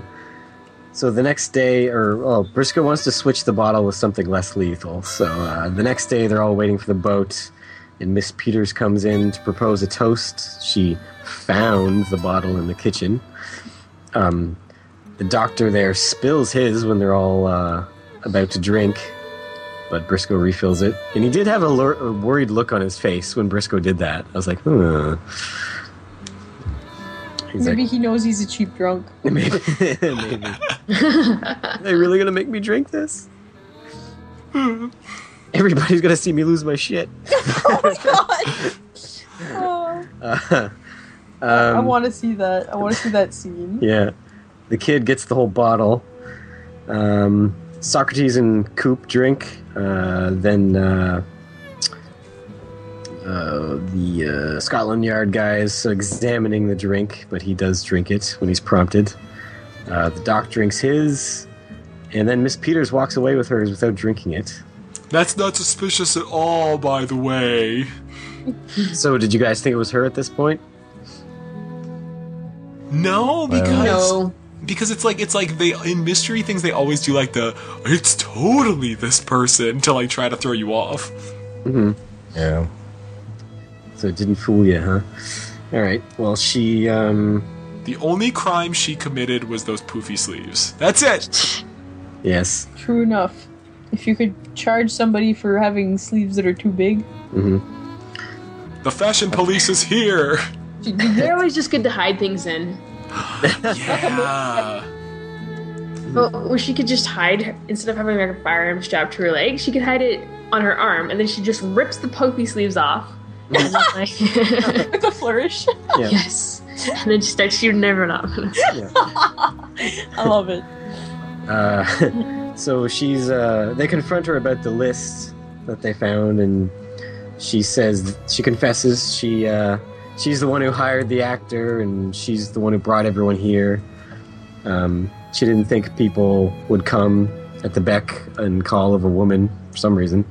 so the next day, or oh, Briscoe wants to switch the bottle with something less lethal. So uh, the next day, they're all waiting for the boat, and Miss Peters comes in to propose a toast. She found the bottle in the kitchen. Um, the doctor there spills his when they're all uh, about to drink. But Briscoe refills it, and he did have a, lur- a worried look on his face when Briscoe did that. I was like, hmm. He's like, maybe he knows he's a cheap drunk. Maybe. Maybe. Are they really gonna make me drink this? Everybody's gonna see me lose my shit. oh my god. Oh. Uh, I um, want to see that. I want to see that scene. yeah, the kid gets the whole bottle. Um, Socrates and Coop drink. Uh, then uh, uh, the uh, Scotland Yard guy is examining the drink, but he does drink it when he's prompted. Uh, the doc drinks his, and then Miss Peters walks away with hers without drinking it. That's not suspicious at all, by the way. So, did you guys think it was her at this point? No, because No. because it's like it's like they in mystery things they always do like the it's totally this person to like try to throw you off. Mm-hmm. Yeah. So it didn't fool you, huh? All right. Well, she um, The only crime she committed was those poofy sleeves. That's it. yes. True enough. If you could charge somebody for having sleeves that are too big, Mm-hmm. The fashion police is here. They're always just good to hide things in. Yeah. Well, where she could just hide, instead of having like a firearm strapped to her leg, she could hide it on her arm, and then she just rips the pokey sleeves off. And then, like, with a flourish. Yeah. yes. And then she starts shooting everyone off. I love it. Uh, so she's uh, they confront her about the list that they found and she says she confesses she uh, she's the one who hired the actor and she's the one who brought everyone here um, she didn't think people would come at the beck and call of a woman for some reason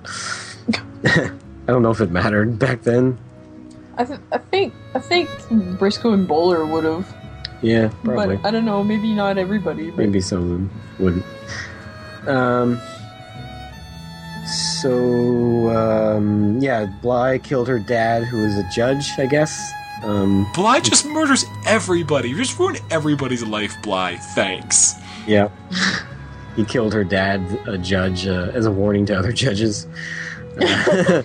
i don't know if it mattered back then I, th- I think I think Briscoe and Bowler would have, yeah probably but I don't know. Maybe not everybody. But Maybe some of them wouldn't. Um, so, um, yeah, Bly killed her dad, who was a judge, I guess. Um, Bly just murders everybody. You just ruin everybody's life, Bly. Thanks. yeah. he killed her dad, a judge, uh, as a warning to other judges. Uh,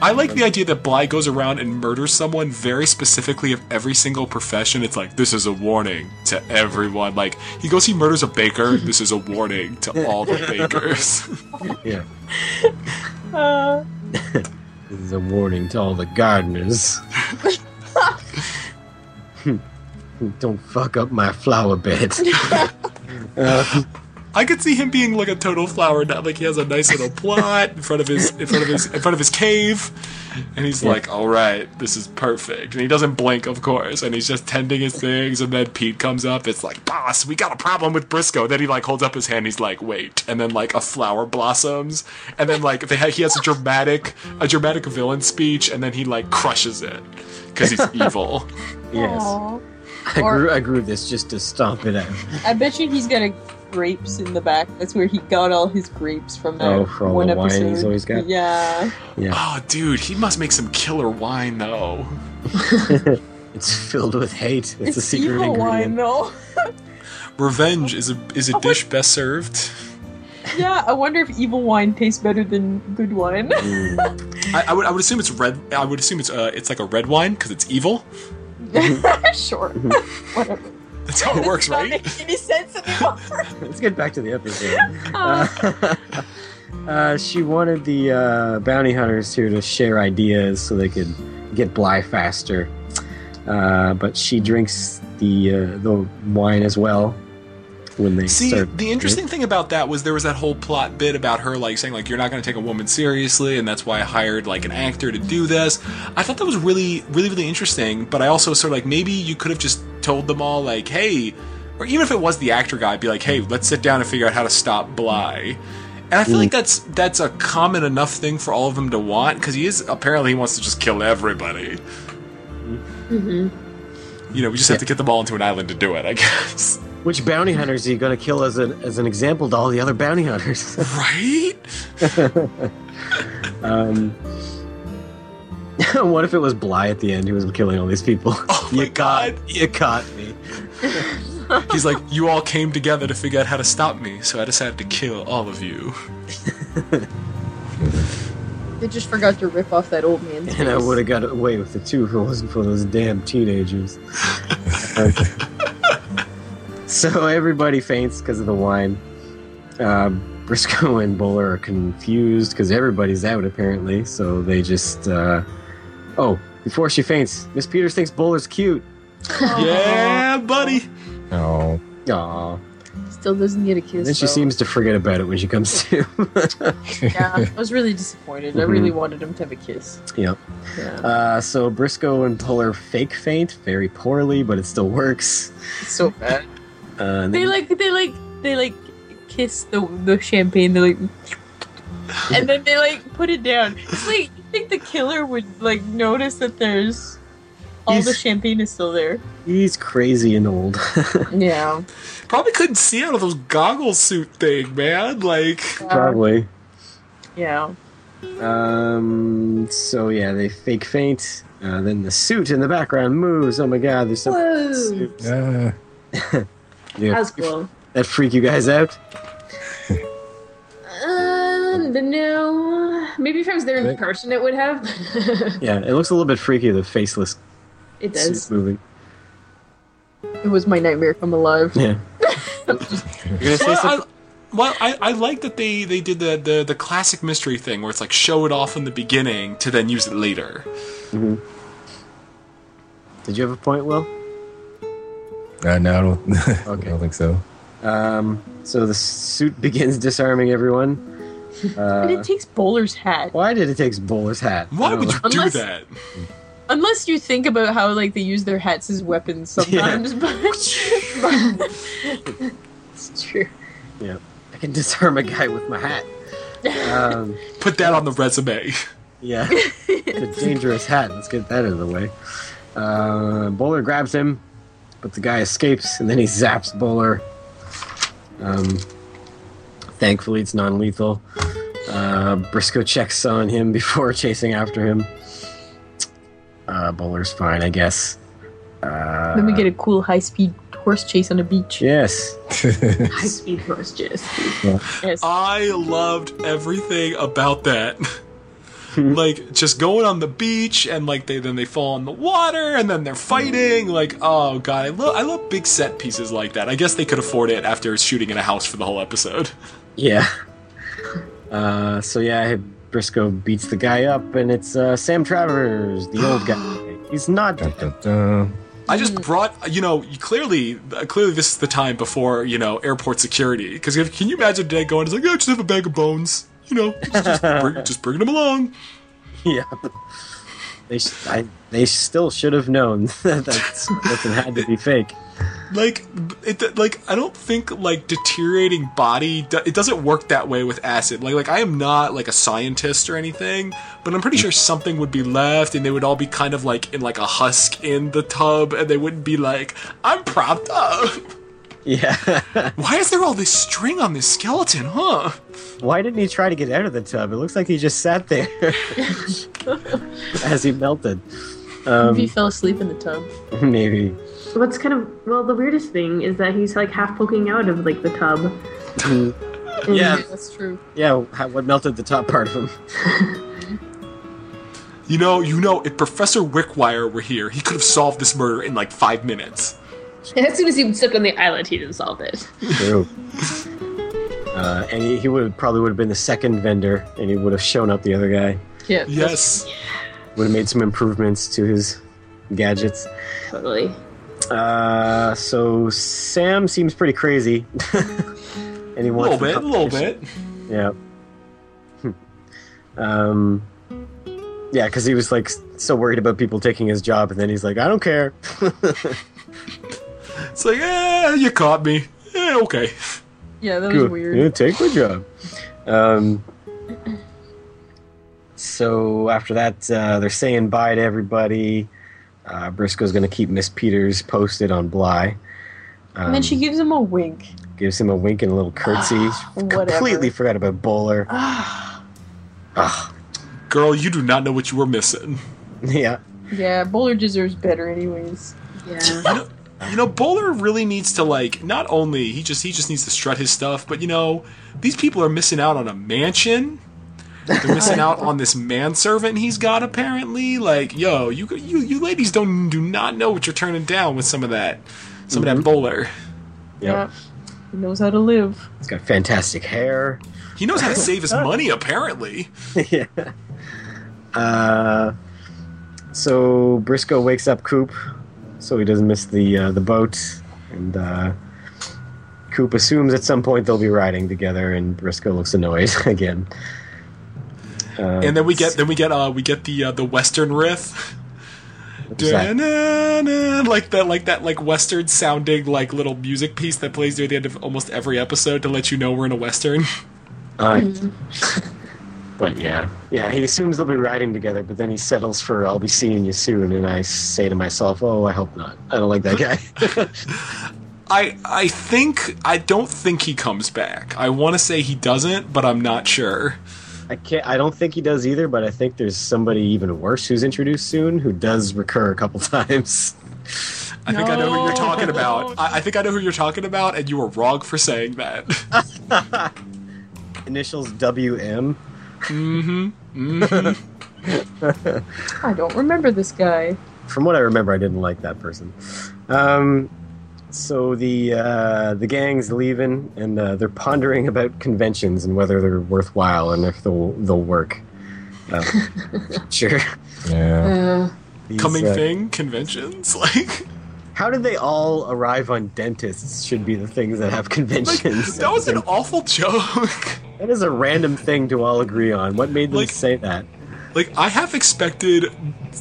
I I like the idea that Bly goes around and murders someone very specifically of every single profession. It's like, this is a warning to everyone. Like, he goes, he murders a baker. This is a warning to all the bakers. Yeah. Uh, This is a warning to all the gardeners. Don't fuck up my flower bed. Uh, I could see him being like a total flower nut. Like, he has a nice little plot in front of his, in front of his, in front of his cave. And he's like, all right, this is perfect. And he doesn't blink, of course. And he's just tending his things. And then Pete comes up. It's like, boss, we got a problem with Briscoe. Then he like holds up his hand. He's like, wait. And then like a flower blossoms. And then like they ha- he has a dramatic, a dramatic villain speech. And then he like crushes it because he's evil. yes. aw. I grew, I grew this just to stomp it out. I bet you he's got a grapes in the back. That's where he got all his grapes from that Oh, for all one the wine episode. he's always got? Yeah. Oh, dude, he must make some killer wine though. It's filled with hate. It's, a secret evil wine ingredient. though. Oh Revenge is a is a dish best served. yeah, I wonder if evil wine tastes better than good wine. Mm. I, I would I would assume it's red. I would assume it's uh it's like a red wine because it's evil. Mm-hmm. sure. Whatever. That's how it works, Does not right? make any sense anymore. Let's get back to the episode. Uh, Uh, uh, she wanted the uh, bounty hunters here to share ideas so they could get Bly faster. Uh, but she drinks the uh, the wine as well when they See, serve the interesting thing about that was there was that whole plot bit about her like saying like you're not going to take a woman seriously, and that's why I hired like an actor to do this. I thought that was really, really, really interesting. But I also sort of like maybe you could have just told them all like, hey, or even if it was the actor guy, be like, hey, let's sit down and figure out how to stop Bly. And I feel like that's that's a common enough thing for all of them to want because he is apparently he wants to just kill everybody. hmm You know, we just have to get them all into an island to do it, I guess. Which bounty hunters are you going to kill as an as an example to all the other bounty hunters? Right? um, what if it was Bly at the end who was killing all these people? Oh my you caught, God. you caught me. He's like, you all came together to figure out how to stop me, so I decided to kill all of you. They just forgot to rip off that old man's And I face. would have got away with it too if it wasn't for those damn teenagers. so everybody faints because of the wine. Uh, Briscoe and Bowler are confused because everybody's out apparently, so they just. Uh... Oh, before she faints, Miss Peters thinks Bowler's cute. Yeah, buddy. Oh, Aww. Still doesn't get a kiss. And then she though. seems to forget about it when she comes to. yeah, I was really disappointed. I really wanted him to have a kiss. yep. Yeah. Mm-hmm. Uh, so Briscoe and Bowler fake faint very poorly, but it still works. so bad. Uh, and They then- like they like they like kiss the the champagne. They like, and then they like put it down. It's like you think the killer would like notice that there's all the He's- champagne is still there. he's crazy and old. Yeah. Probably couldn't see out of those goggle suit thing, man. Like, Probably. Yeah. Um. So yeah, they fake faint. Uh, then the suit in the background moves. Oh my god, there's something. in the Whoa. suit. yeah. Yeah, That was cool. that freak you guys out? Um, the no. Maybe if I was there in Right. person, it would have. Yeah, it looks a little bit freaky. The faceless it does. suit moving. It was my nightmare come alive. Yeah. You're gonna say well, something? I, well, I, I like that they, they did the, the, the classic mystery thing where it's like show it off in the beginning to then use it later. Mm-hmm. Did you have a point, Will? Uh, no, I don't, Okay. I don't think so. Um. So the suit begins disarming everyone. And Uh, it takes Bowler's hat. why did it take Bowler's hat? I Why don't would you know. do Unless- that? Unless you think about how like they use their hats as weapons sometimes, but, but- it's true. I can disarm a guy with my hat. Um. Put that on the resume. Yeah. it's a dangerous hat. Let's get that out of the way. Uh, Bowler grabs him, but the guy escapes, and then he zaps Bowler. Um, thankfully, it's non lethal. Uh, Briscoe checks on him before chasing after him. Uh, Bowler's fine, I guess. Uh, then we get a cool high speed horse chase on a beach. Yes. High speed horse just. Yes. I loved everything about that. like just going on the beach and like they then they fall in the water and then they're fighting. Like oh god, I love I love big set pieces like that. I guess they could afford it after shooting in a house for the whole episode. Yeah. Uh, so yeah, Briscoe beats the guy up, and it's uh, Sam Travers, the old guy. He's not Dun, dead. dun, dun. I just brought, you know, clearly, uh, clearly this is the time before, you know, airport security. Because can you imagine Dad going, it's like, yeah, just have a bag of bones. You know, just, just, bring, just bringing them along. Yeah. They s I they still should have known that that's, that it had to be fake. Like, it, like I don't think like deteriorating body. do- It doesn't work that way with acid. Like, like I am not like a scientist or anything, but I'm pretty sure something would be left, and they would all be kind of like in like a husk in the tub, and they wouldn't be like, I'm propped up. Yeah. Why is there all this string on this skeleton, huh? Why didn't he try to get out of the tub? It looks like he just sat there as he melted. If he Um, fell asleep in the tub. maybe. What's kind of well, the weirdest thing is that he's like half poking out of like the tub. And Yeah. That's true. Yeah, how, what melted the top part of him? You know, you know, if Professor Wickwire were here, he could have solved this murder in like five minutes. As soon as he stepped on the island, he didn't solve it. True. Uh, and he, he would have probably would have been the second vendor, and he would have shown up the other guy. Yeah. Yes. Would have made some improvements to his gadgets. Totally. Uh, so Sam seems pretty crazy. and he A little wants the bit, a little competition. bit. Yeah. um. Yeah, because he was like s- so worried about people taking his job, and then he's like, "I don't care." It's like, eh, you caught me. Eh, okay. Yeah, that was Good. weird. Yeah, take my job. Um. So after that, uh, they're saying bye to everybody. Uh, Briscoe's going to keep Miss Peters posted on Bly. Um, And then she gives him a wink. gives him a wink and a little curtsy. Whatever. Completely forgot about Bowler. Girl, you do not know what you were missing. Yeah. yeah, Bowler deserves better, anyways. Yeah. You know, you know, Bowler really needs to like not only he just he just needs to strut his stuff, but you know, these people are missing out on a mansion. They're missing out on this manservant he's got apparently. Like, yo, you you you ladies don't do not know what you're turning down with some of that some of that Mm-hmm. Bowler. Yeah. He knows how to live. He's got fantastic hair. He knows how to save his money, apparently. yeah. Uh, so Briscoe wakes up Coop, so he doesn't miss the uh, the boat, and uh, Coop assumes at some point they'll be riding together, and Briscoe looks annoyed again. Uh, And then we get then we get uh we get the uh, the western riff. is that? Da-na-na, Like that, like that, like western sounding, like little music piece that plays near the end of almost every episode to let you know we're in a western. Uh, but yeah, yeah, he assumes they'll be riding together, but then he settles for "I'll be seeing you soon," and I say to myself, "Oh, I hope not. I don't like that guy." I I think I don't think he comes back. I want to say he doesn't, but I'm not sure. I can't. I don't think he does either. But I think there's somebody even worse who's introduced soon who does recur a couple times. I think I know who you're talking No. about. I, I think I know who you're talking about, and you were wrong for saying that. Initials WM. hmm hmm I don't remember this guy. From what I remember, I didn't like that person. Um, so the uh, the gang's leaving, and uh, they're pondering about conventions and whether they're worthwhile and if they'll they'll work. Uh, sure. Yeah. Uh, These, Coming uh, thing conventions like. How did they all arrive on dentists? Should be the things that have Like, conventions. that was an awful joke. That is a random thing to all agree on. What made them Like- say that? Like, I have expected,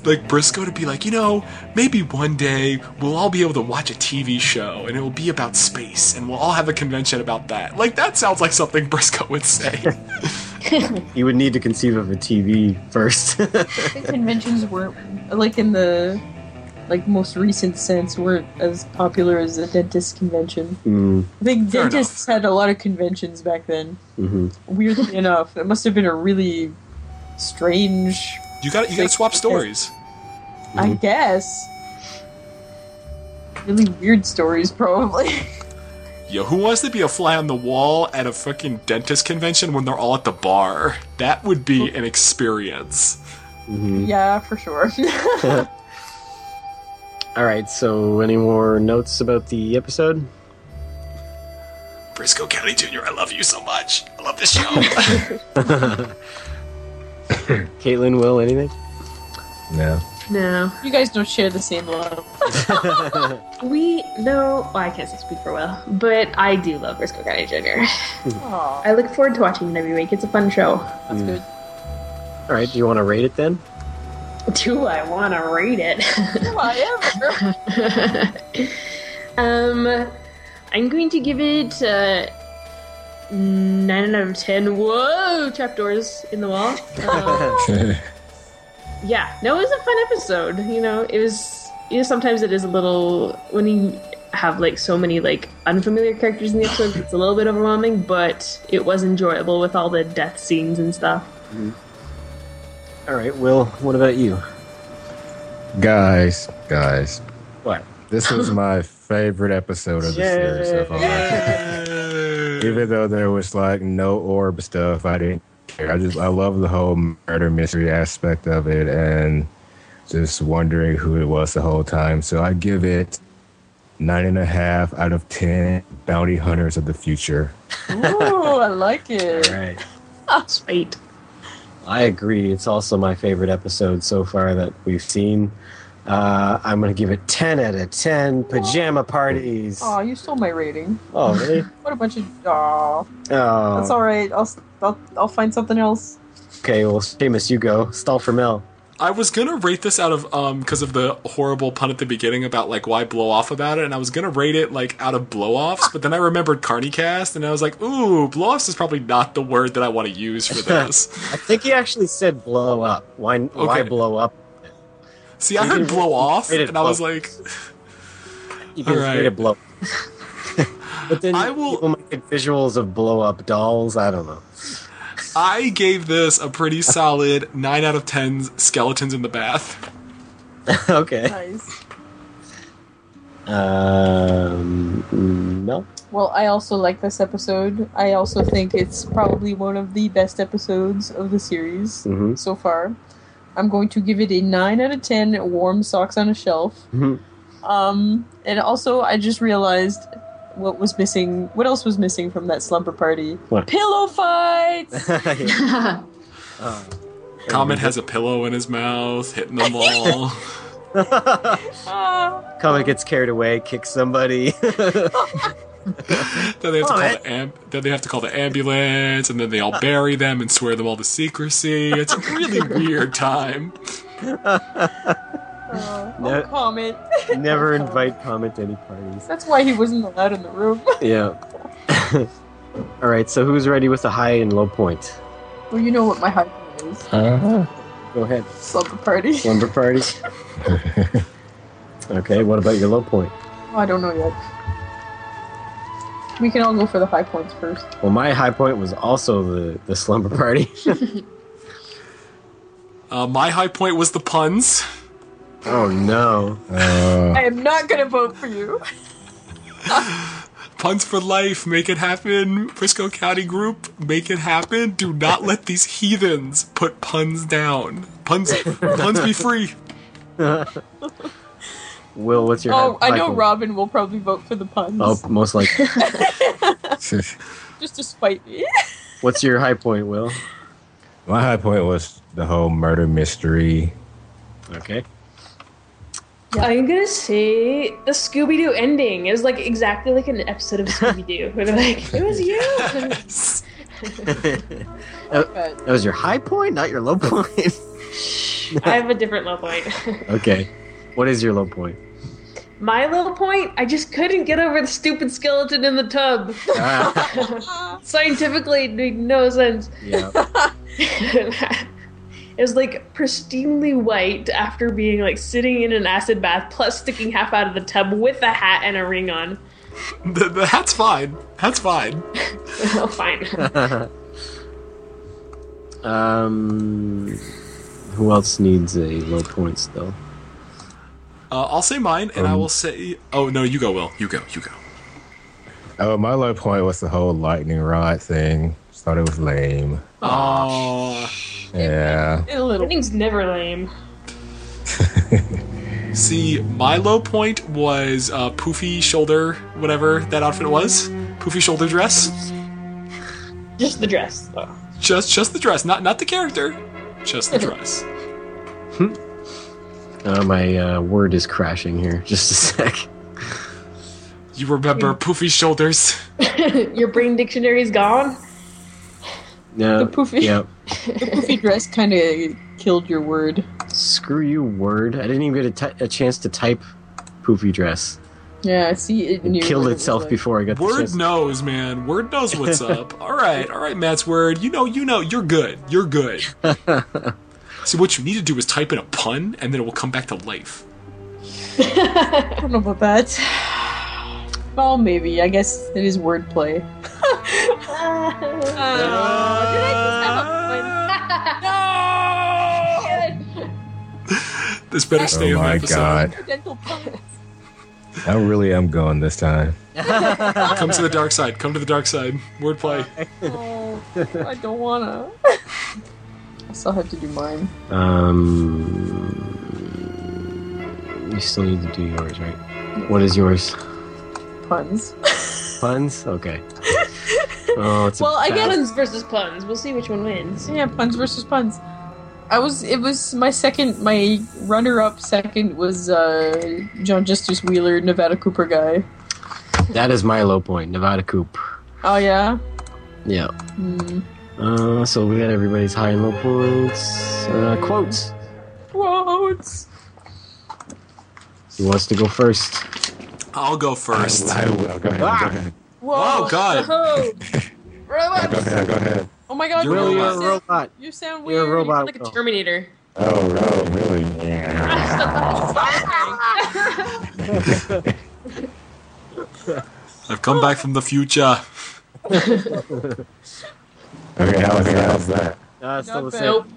like, Briscoe to be like, you know, maybe one day we'll all be able to watch a TV show and it will be about space and we'll all have a convention about that. Like, that sounds like something Briscoe would say. You would need to conceive of a TV first. I think conventions weren't like in the like most recent sense weren't as popular as a dentist convention. mm, I think Fair dentists had a lot of conventions back then. hmm Weirdly enough, it must have been a really strange, You gotta, you gotta swap stories. I Mm-hmm. guess, really weird stories probably. Yo, who wants to be a fly on the wall at a fucking dentist convention when they're all at the bar? That would be an experience. Mhm. Yeah, for sure. All right. So, any more notes about the episode? Briscoe County Jr., I love you so much. I love this show. Caitlin, Will, anything? Yeah. No. You guys don't share the same love. We no, well, I can't speak for Will, but I do love Briscoe County Jr. Aw, I look forward to watching it every week. It's a fun show. that's Mm. good. All right. Do you want to rate it then? Do I want to rate it? Am I ever? um, I'm going to give it uh, nine out of ten. Whoa, trapdoors in the wall. Um, Oh. yeah, no, it was a fun episode. You know, it was. You know, sometimes it is a little when you have like so many like unfamiliar characters in the episode, it's a little bit overwhelming. But it was enjoyable with all the death scenes and stuff. All right. Will, what about you? guys, guys, What? this is my favorite episode of the series so far. Even though there was like no orb stuff, I didn't care. I just I love the whole murder mystery aspect of it and just wondering who it was the whole time. So I give it nine and a half out of ten bounty hunters of the future. Ooh, I like All it. right. Sweet. I agree. It's also my favorite episode so far that we've seen. Uh, I'm going to give it 10 out of 10 pajama parties. Aw, you stole my rating. Oh, really? What a bunch of. Aw, Oh. that's all right. I'll, I'll I'll find something else. Okay, well, Seamus, you go. Stall for Mel. I was gonna rate this out of um because of the horrible pun at the beginning about like why blow off about it, and I was gonna rate it like out of blow offs, but then I remembered Carney Cast, and I was like, ooh, blow offs is probably not the word that I want to use for this. I think he actually said blow up. Why, why Okay. blow up? See, I heard blow off, Rated and I was blow. like, You can All right. create a blow But then I will- people might get visuals of blow up dolls. I don't know. I gave this a pretty solid nine out of ten skeletons in the bath. okay. Nice. Um, Mel? Well, I also like this episode. I also think it's probably one of the best episodes of the series Mhm. so far. I'm going to give it a 9 out of 10 warm socks on a shelf. Mhm. Um, and also, I just realized what was missing. What else was missing from that slumber party? What? Pillow fights! Yeah. I Oh. Comet has a pillow in his mouth, hitting them all. Ah, Comet gets carried away, kicks somebody. then they have to call the Comet. am- then they have to call the ambulance, and then they all bury them and swear them all to secrecy. It's a really weird time. ah, No. oh, Comet. Never invite Comet to any parties. That's why he wasn't allowed in the room. Yeah. All right, so who's ready with the high and low point? well, you know what my high point is. Go ahead. Slumber party. Slumber party. okay, what about your low point? Oh, I don't know yet. We can all go for the high points first. Well, my high point was also the, the slumber party. Uh, my high point was the puns. oh no. Oh. Uh, I am not gonna vote for you. Puns for life, make it happen. Frisco County Group, make it happen. Do not let these heathens put puns down. Puns, puns be free. Will, what's your Oh, high, I high know point? Robin will probably vote for the puns. Oh, most likely. Just to spite me. what's your high point, Will? my high point was the whole murder mystery. Okay. am gonna say the Scooby Doo ending. It was like exactly like an episode of Scooby Doo, where they're like, "It was you." that But was your high point, not your low point. I have a different low point. okay. What is your low point? My little point, I just couldn't get over the stupid skeleton in the tub. Ah, Scientifically, it made no sense. yeah. it was like pristinely white after being like sitting in an acid bath, plus sticking half out of the tub with a hat and a ring on. The, the hat's fine. Hat's fine. oh, fine. um, who else needs a low point still? Um, Uh, I'll say mine, and I will say. Oh no, you go, Will. You go. You go. Oh, my low point was the whole lightning rod thing. Just thought it was lame. Oh, Yeah. A little. Lightning's never lame. see, my low point was uh, poofy shoulder, whatever that outfit was. Poofy shoulder dress. Just the dress, though. Just, just the dress, not, not the character. Just the dress. Uh, my uh, word is crashing here. Just a sec. You Mm. remember poofy shoulders? Your brain dictionary's gone. No. The poofy- Yep. The poofy dress kind of killed your word. Screw you, word. I didn't even get a ti- a chance to type poofy dress. Yeah, I see, it It knew killed what it itself was like. before I got the Word chance. knows, man. Word knows what's up. All right, all right, Matt's word. You know, you know, you're good. You're good. See, what you need to do is type in a pun, and then it will come back to life. I don't know about that. Well, maybe. I guess it is wordplay. This better stay Oh on the my episode. god. I really am going this time. Come to the dark side. Come to the dark side. Wordplay. I don't wanna. I still have to do mine. Um, you still need to do yours, right? What is yours? Puns. Puns? Okay. Oh, it's a Well, I bad- get Puns versus puns. We'll see which one wins. Yeah, puns versus puns. I was. It was my second. My runner-up second was uh, John Justice Wheeler, Nevada Cooper guy. That is my low point. Nevada Coop. Oh yeah. Yeah. Hmm. Uh, so we got everybody's high and low points. Uh, quotes. Quotes. Who wants to go first? I'll go first. I will. Go ahead. Ah! Oh Whoa. god. Oh, robots. ahead. Go ahead. Oh my god. You're Really, you you're a sound- robot. You sound You're weird. a robot. Like a Terminator. Oh, no, really? Yeah. I've come back from the future. Okay, how's that? How's that? Uh, it's still the Not same. bad. Nope.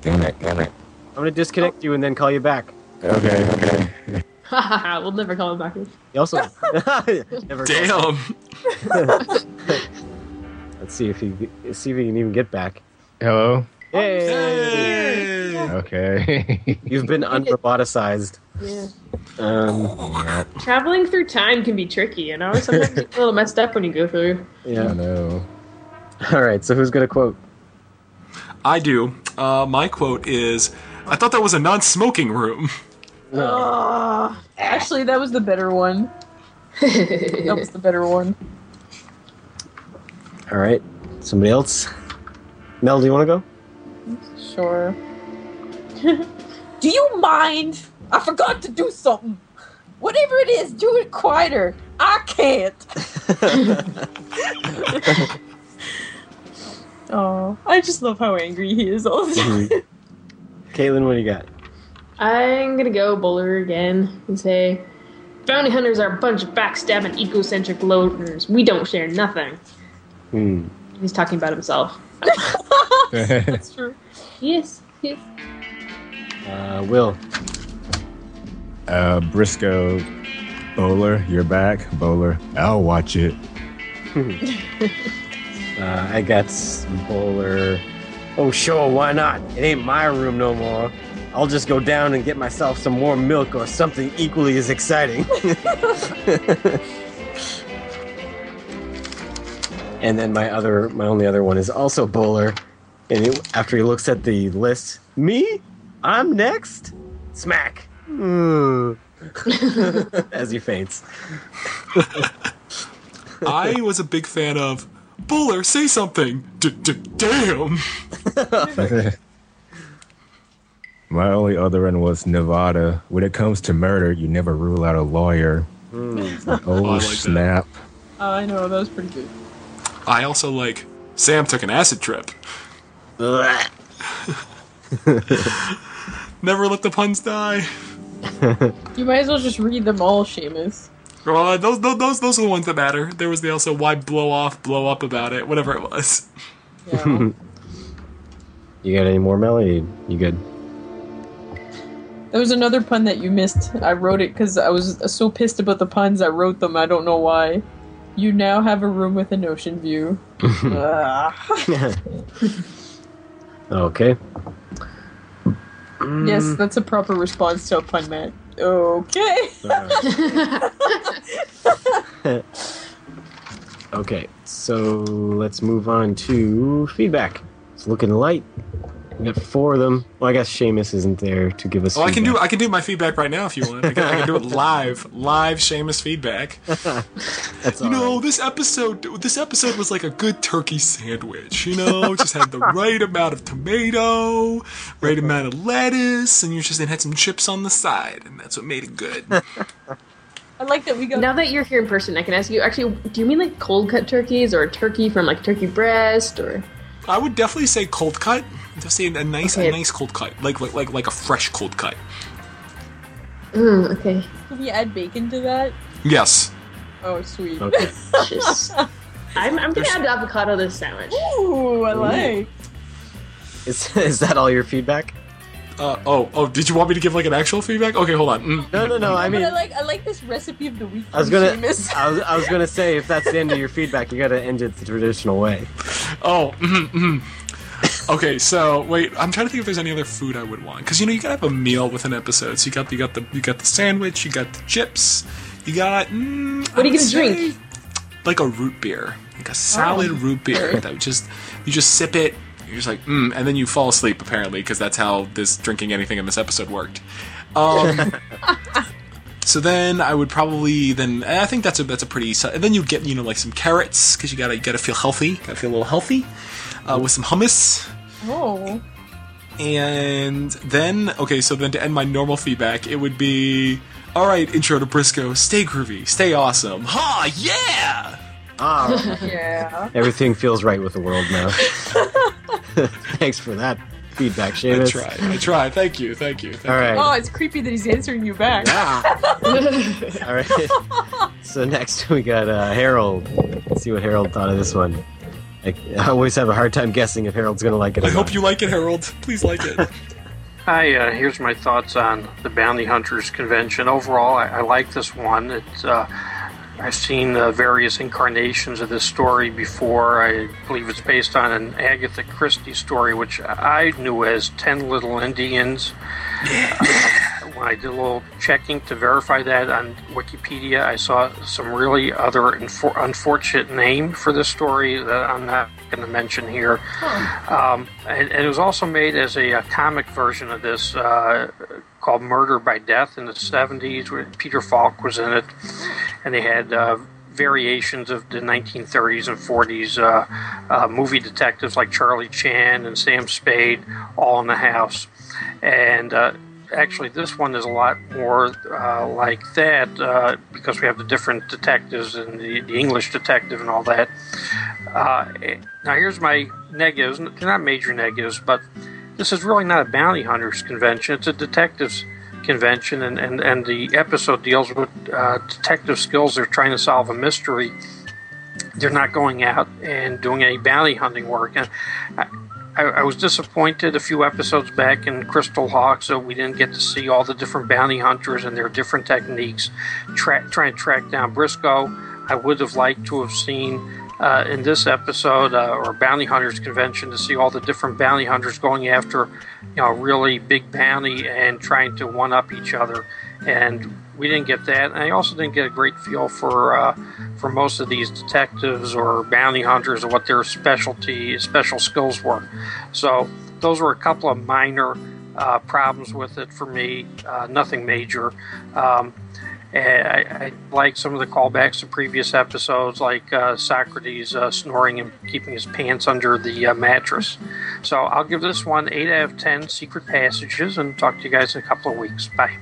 Damn it, damn it. I'm gonna disconnect you and then call you back. Okay, okay. Ha ha ha. Ah, We'll never call him back. You also never. Damn. Let's see if he let's see if he can even get back. Hello? Hey, Hey. Okay. you've been unroboticized. Yeah. Oh, Um, Traveling through time can be tricky, you know? Sometimes it's a little messed up when you go through. I yeah. know. All right. So who's gonna quote? I do. Uh, my quote is, "I thought that was a non-smoking room." Oh. Ah, actually, that was the better one. That was the better one. All right. Somebody else. Mel, do you want to go? Sure. do you mind? I forgot to do something. Whatever it is, do it quieter. I can't. Oh, I just love how angry he is all the time. Caitlin, what do you got? I'm gonna go Bowler again and say, Bounty hunters are a bunch of backstabbing, egocentric loafers. We don't share nothing. Hmm. He's talking about himself. That's true. Yes, yes. Uh, Will. uh, Briscoe, Bowler, you're back. Bowler, I'll watch it. Uh, I got bowler. Oh sure, why not? It ain't my room no more. I'll just go down and get myself some more milk or something equally as exciting. and then my other, my only other one is also bowler. And he, after he looks at the list, me, I'm next. Smack. Mm. as he faints. I was a big fan of Buller. Say something. Damn. My only other one was Nevada. When it comes to murder, you never rule out a lawyer. Oh, like that. snap. I know, that was pretty good. I also like Sam took an acid trip. Blech. Never let the puns die. You might as well just read them all, Seamus. Uh, those, those, those, those are the ones that matter. There was the also why blow off, blow up about it, whatever it was. Yeah. You got any more melody? You good? there was another pun that you missed. I wrote it because I was so pissed about the puns, I wrote them. I don't know why. You now have a room with an ocean view. Uh, Ugh. okay. Mm. Yes, that's a proper response to a pun, Matt. Okay. Uh, Okay, so let's move on to feedback. It's looking light. We got four of them. Well, I guess Seamus isn't there to give us. Oh, I can do feedback. I can do my feedback right now if you want. I can, I can do it live, live Seamus feedback. That's You all know, right. this episode this episode was like a good turkey sandwich, you know, just had the right amount of tomato, right amount of lettuce, and you just then had some chips on the side, and that's what made it good. I like that we got Now that you're here in person, I can ask you. Actually, do you mean like cold cut turkeys or turkey from like turkey breast or? I would definitely say cold cut. Just say a nice Okay. a nice cold cut. Like like like like a fresh cold cut. Mm, okay. Can we add bacon to that? Yes. Oh, sweet. Okay. Just, I'm, I'm gonna add avocado to this sandwich. Ooh, I like. Is, is that all your feedback? Uh, oh, oh! Did you want me to give like an actual feedback? Okay, hold on. Mm. No, no, no. I But mean, I like I like this recipe of the week. I was gonna, from Seamus. I was, I was gonna say if that's the end of your feedback, you gotta end it the traditional way. Oh, mm, mm. okay. So wait, I'm trying to think if there's any other food I would want because you know you gotta have a meal with an episode. So you got you got the you got the sandwich, you got the chips, you got. Mm, What are you I would gonna drink? say, Like a root beer, like a solid root beer that would just you just sip it. You're just like, mm, and then you fall asleep apparently because that's how this drinking anything in this episode worked. Um, so then I would probably then and I think that's a that's a pretty. so- And then you get you know like some carrots because you gotta you gotta feel healthy, gotta feel a little healthy, uh, with some hummus. Oh. And then okay, so then to end my normal feedback, it would be all right. Intro to Briscoe, stay groovy, stay awesome. Ha yeah. Ah, Yeah. everything feels right with the world now. Thanks for that feedback, I Seamus. tried, I tried. Thank you, thank you. Thank All right. Oh, it's creepy that he's answering you back. Yeah. All right. So next we got uh, Harold. Let's see what Harold thought of this one. I, I always have a hard time guessing if Harold's gonna like it. you. Or I hope not. you like it, Harold. Please like it. Hi, uh, here's my thoughts on the Bounty Hunters convention. Overall, I, I like this one. It's uh, I've seen uh, various incarnations of this story before. I believe it's based on an Agatha Christie story, which I knew as Ten Little Indians. when I did a little checking to verify that on Wikipedia, I saw some really other infor- unfortunate name for this story that I'm not going to mention here. Um, and, and it was also made as a, uh comic version of this uh, called Murder by Death in the 70s, where Peter Falk was in it. And they had uh, variations of the 1930s and 40s uh, uh, movie detectives like Charlie Chan and Sam Spade all in the house. And uh, actually, this one is a lot more uh, like that uh, because we have the different detectives and the, the English detective and all that. Uh, now, here's my negatives. They're not major negatives, but this is really not a bounty hunters convention. It's a detectives convention, and, and, and the episode deals with uh, detective skills. They're trying to solve a mystery. They're not going out and doing any bounty hunting work. And uh, I, I, I was disappointed a few episodes back in Crystal Hawks that we didn't get to see all the different bounty hunters and their different techniques tra- trying to track down Briscoe. I would have liked to have seen uh, in this episode uh, or Bounty Hunters convention to see all the different bounty hunters going after, you know, really big bounty and trying to one up each other. And we didn't get that. And I also didn't get a great feel for uh, for most of these detectives or bounty hunters or what their specialty special skills were. So those were a couple of minor uh, problems with it for me. Uh, nothing major. Um, and I, I like some of the callbacks to previous episodes, like uh, Socrates uh, snoring and keeping his pants under the uh, mattress. So I'll give this one 8 out of 10 secret passages and talk to you guys in a couple of weeks. Bye.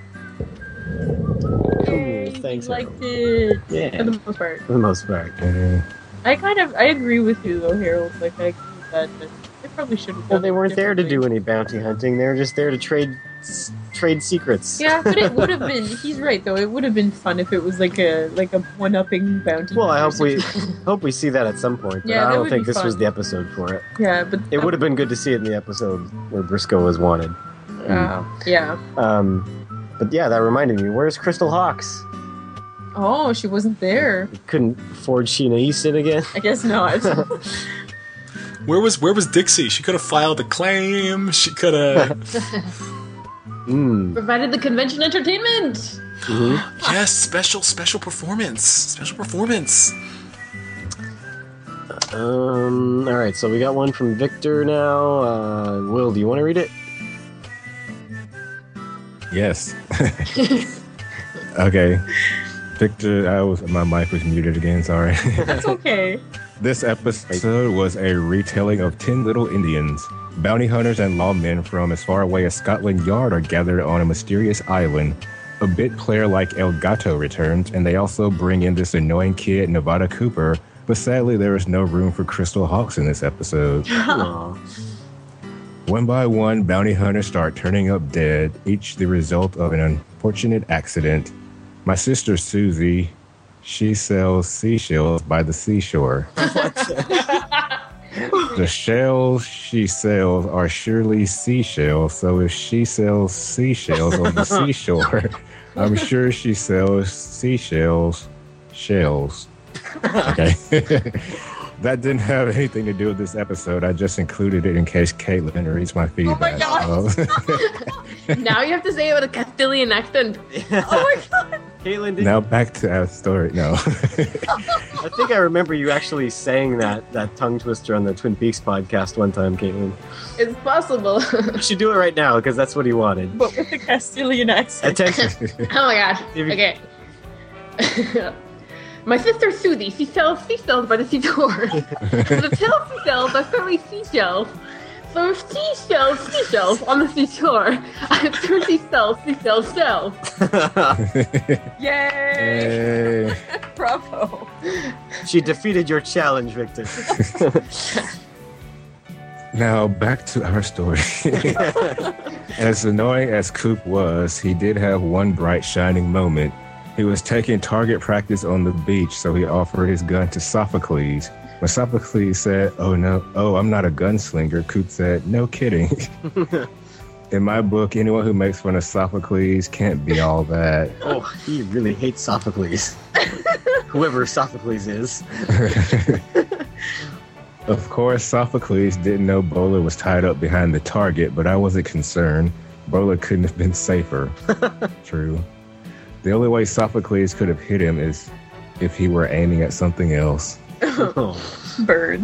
Yay, Ooh, thanks, he liked Harold. it. Yeah. For the most part. For the most part. I kind of I agree with you though, Harold. Like I agree with that. but I probably should Well, have. done they it weren't there to do differently. any bounty hunting. They were just there to trade s- trade secrets. Yeah, but it would have been. He's right though. It would have been fun if it was like a like a one-upping bounty. Well, I hope hunter we hope we see that at some point. But Yeah, I that don't would think be this was fun. the episode for it. situation. Yeah, but It would have been good to see it in the episode where Briscoe was wanted. Uh, yeah. Um, but yeah, that reminded me. Where's Crystal Hawks? Oh, she wasn't there. Couldn't forge Sheena Easton again. I guess not. Where was where was Dixie? She could have filed a claim. She could have. Mm. Provided the convention entertainment. mhm. yes, special special performance. Special performance. Um. All right. So we got one from Victor now. Uh, Will, do you want to read it? Yes. okay. Victor, I was my mic was muted again. Sorry. That's okay. This episode was a retelling of 10 Little Indians. Bounty hunters and lawmen from as far away as Scotland Yard are gathered on a mysterious island. A bit player like El Gato returns, and they also bring in this annoying kid, Nevada Cooper. But sadly, there is no room for Crystal Hawks in this episode. Aw. One by one, bounty hunters start turning up dead, each the result of an unfortunate accident. My sister Susie, she sells seashells by the seashore. the shells she sells are surely seashells, so if she sells seashells on the seashore, I'm sure she sells seashells shells. Okay. that didn't have anything to do with this episode. I just included it in case Caitlin reads my feedback. Oh. God. So- now you have to say it with a Castilian accent. Oh Caitlin, did, now back to our story. No. I think I remember you actually saying that that tongue twister on the Twin Peaks podcast one time, Caitlin. It's possible. oh You should do it right now because that's what he wanted. But with the Castilian accent. Attention. Oh my gosh. If you- Okay. My sister Susie, she sells seashells by the seashore. the pill seashells are certainly seashells. So if she sells seashells on the seashore, I'm sure she sells seashells shells. Yay! Hey. Bravo. she defeated your challenge, Victor. Now back to our story. as annoying as Coop was, he did have one bright shining moment. He was taking target practice on the beach, so he offered his gun to Sophocles. When Sophocles said, Oh no, oh, I'm not a gunslinger, Coop said, No kidding. In my book, anyone who makes fun of Sophocles can't be all that. oh, he really hates Sophocles. Whoever Sophocles is. Of course, Sophocles didn't know Bola was tied up behind the target, but I wasn't concerned. Bola couldn't have been safer. True. The only way Sophocles could have hit him is if he were aiming at something else. Oh. Bird.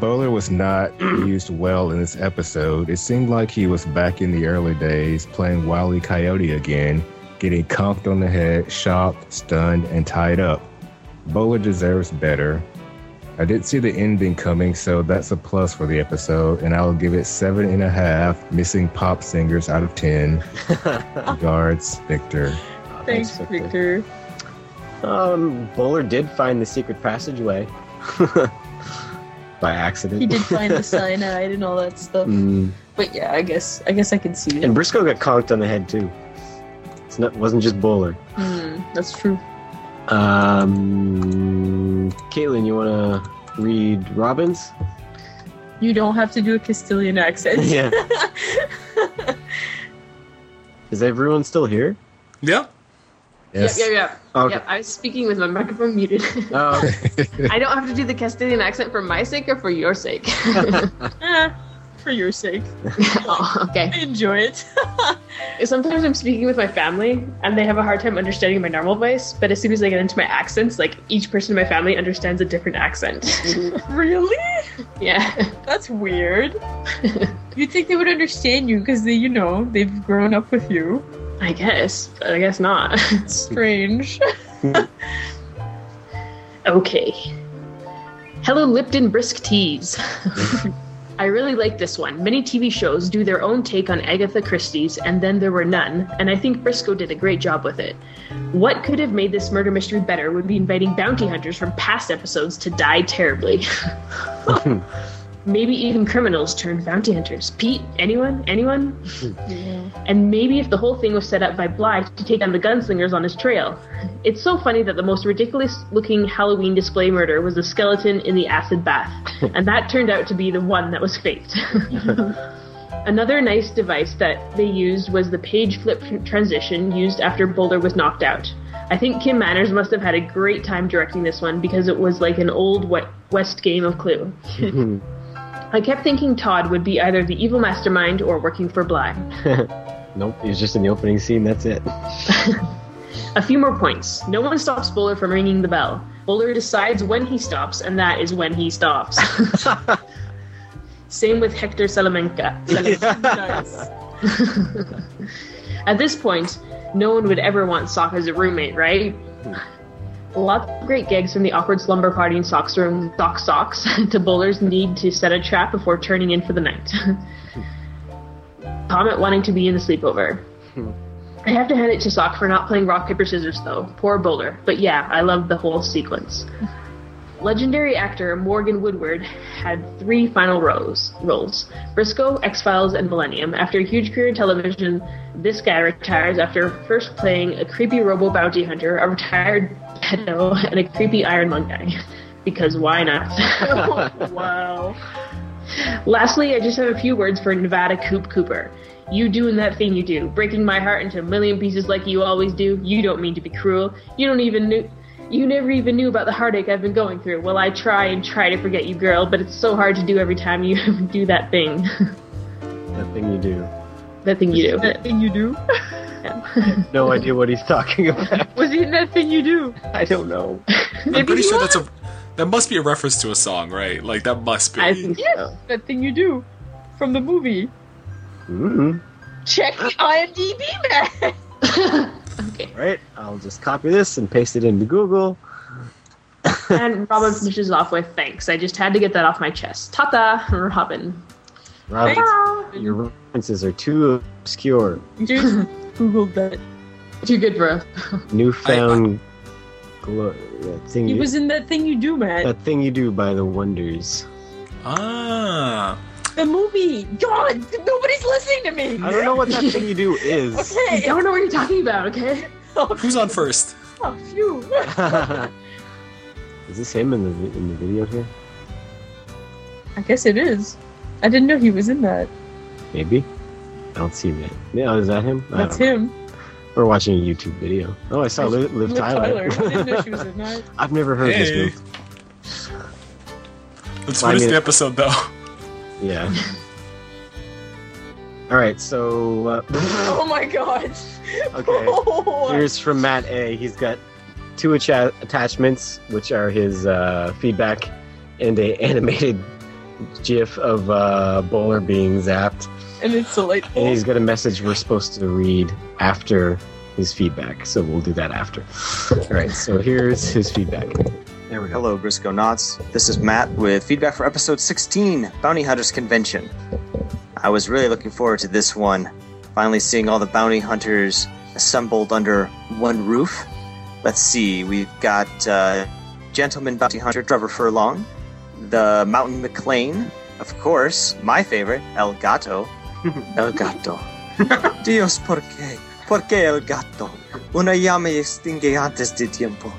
Bowler was not used well in this episode. It seemed like he was back in the early days playing Wily Coyote again, getting conked on the head, shocked, stunned, and tied up. Bowler deserves better. I did see the ending coming, so that's a plus for the episode, and I'll give it seven and a half missing pop singers out of ten. Oh. Regards, Victor. Thanks, Victor. Um, Bowler did find the secret passageway by accident. He did find the cyanide and all that stuff. Mm. But yeah, I guess I guess I can see it. And Briscoe got conked on the head too. It's not wasn't just Bowler. Hmm, that's true. Um, Caitlin, you want to read Robbins? You don't have to do a Castilian accent. Yeah. Is everyone still here? Yeah. Yes. Yep, yep, yep. Okay. Yep, I was speaking with my microphone muted. Oh, okay. I don't have to do the Castilian accent for my sake or for your sake. Eh, for your sake, oh, okay. I enjoy it. Sometimes I'm speaking with my family and they have a hard time understanding my normal voice, but as soon as I get into my accents, like each person in my family understands a different accent. really? yeah. That's weird. You'd think they would understand you because they, you know, they've grown up with you. I guess, but I guess not. Strange. okay. Hello, Lipton Brisk Teas. I really like this one. Many TV shows do their own take on Agatha Christie's, and then there were none, and I think Briscoe did a great job with it. What could have made this murder mystery better would be inviting bounty hunters from past episodes to die terribly. maybe even criminals turned bounty hunters. Pete, anyone? Anyone? And maybe if the whole thing was set up by Bly to take down the gunslingers on his trail. It's so funny that the most ridiculous looking Halloween display murder was the skeleton in the acid bath, and that turned out to be the one that was faked. Another nice device that they used was the page flip tr- transition used after Boulder was knocked out. I think Kim Manners must have had a great time directing this one because it was like an old we- West game of Clue. I kept thinking Todd would be either the evil mastermind or working for Bly. Nope, it was just in the opening scene. That's it. A few more points. No one stops Bowler from ringing the bell. Bowler decides when he stops, and that is when he stops. Same with Hector Salamanca. Nice. At this point, no one would ever want Sock as a roommate, right? Lots of great gigs from the awkward slumber party in Sock's room, Sock Socks, to Bowler's need to set a trap before turning in for the night. Comet wanting to be in the sleepover. I have to hand it to Sock for not playing rock, paper, scissors, though. Poor Boulder. But yeah, I love the whole sequence. Legendary actor Morgan Woodward had three final roles, roles Briscoe, X Files, and Millennium. After a huge career in television, this guy retires after first playing a creepy robo bounty hunter, a retired pedo, and a creepy Iron Lung guy. Because why not? wow. Lastly, I just have a few words for Nevada Coop Cooper. You doing that thing you do, breaking my heart into a million pieces like you always do. You don't mean to be cruel. You don't even knew. You never even knew about the heartache I've been going through. Well, I try and try to forget you, girl, but it's so hard to do every time you do that thing. That thing you do. that thing you do. That thing you do? No idea what he's talking about. Was it that thing you do? I don't know. I'm pretty sure that's a that must be a reference to a song, right? Like that must be. I think Yes, that thing you do. From the movie. mm Check the IMDb man. Right? I'll just copy this and paste it into Google. and Robin finishes off with thanks. I just had to get that off my chest. Tata, Robin. Robin, your references are too obscure. Just googled that. Too good, bro. Newfound glo- that thing He you, was in that thing you do, Matt. that thing you do by the Wonders. ah, The movie. God, Uh, nobody's listening to me. I don't know what that thing you do is. I Okay. don't know what you're talking about. Okay. who's on first? Oh, phew. is this him in the vi- in the video here? I guess it is. I didn't know he was in that. Maybe. I don't see that. Yeah, is that him? I That's don't know. him. We're watching a YouTube video. Oh, I saw Liv, Liv, Liv Tyler. I didn't know she was in that. I've never heard Hey. this move. Let's Five finish the minutes. episode though. Yeah. All right, so uh, Oh my god. okay. Oh, Here's from Matt A. He's got two acha- attachments, which are his uh, feedback and a animated GIF of uh, Bowler being zapped, And it's and delightful. he's got a message we're supposed to read after his feedback. So we'll do that after. All right, so here's his feedback. There we go. Hello, Briscoe Knots. This is Matt with feedback for episode 16 Bounty Hunters Convention. I was really looking forward to this one. Finally, seeing all the bounty hunters assembled under one roof. Let's see, we've got uh, Gentleman Bounty Hunter Trevor Furlong, the Mountain McLean, of course, my favorite, El Gato. El Gato. Dios por qué? Por qué el gato? Una llama extingue antes de tiempo.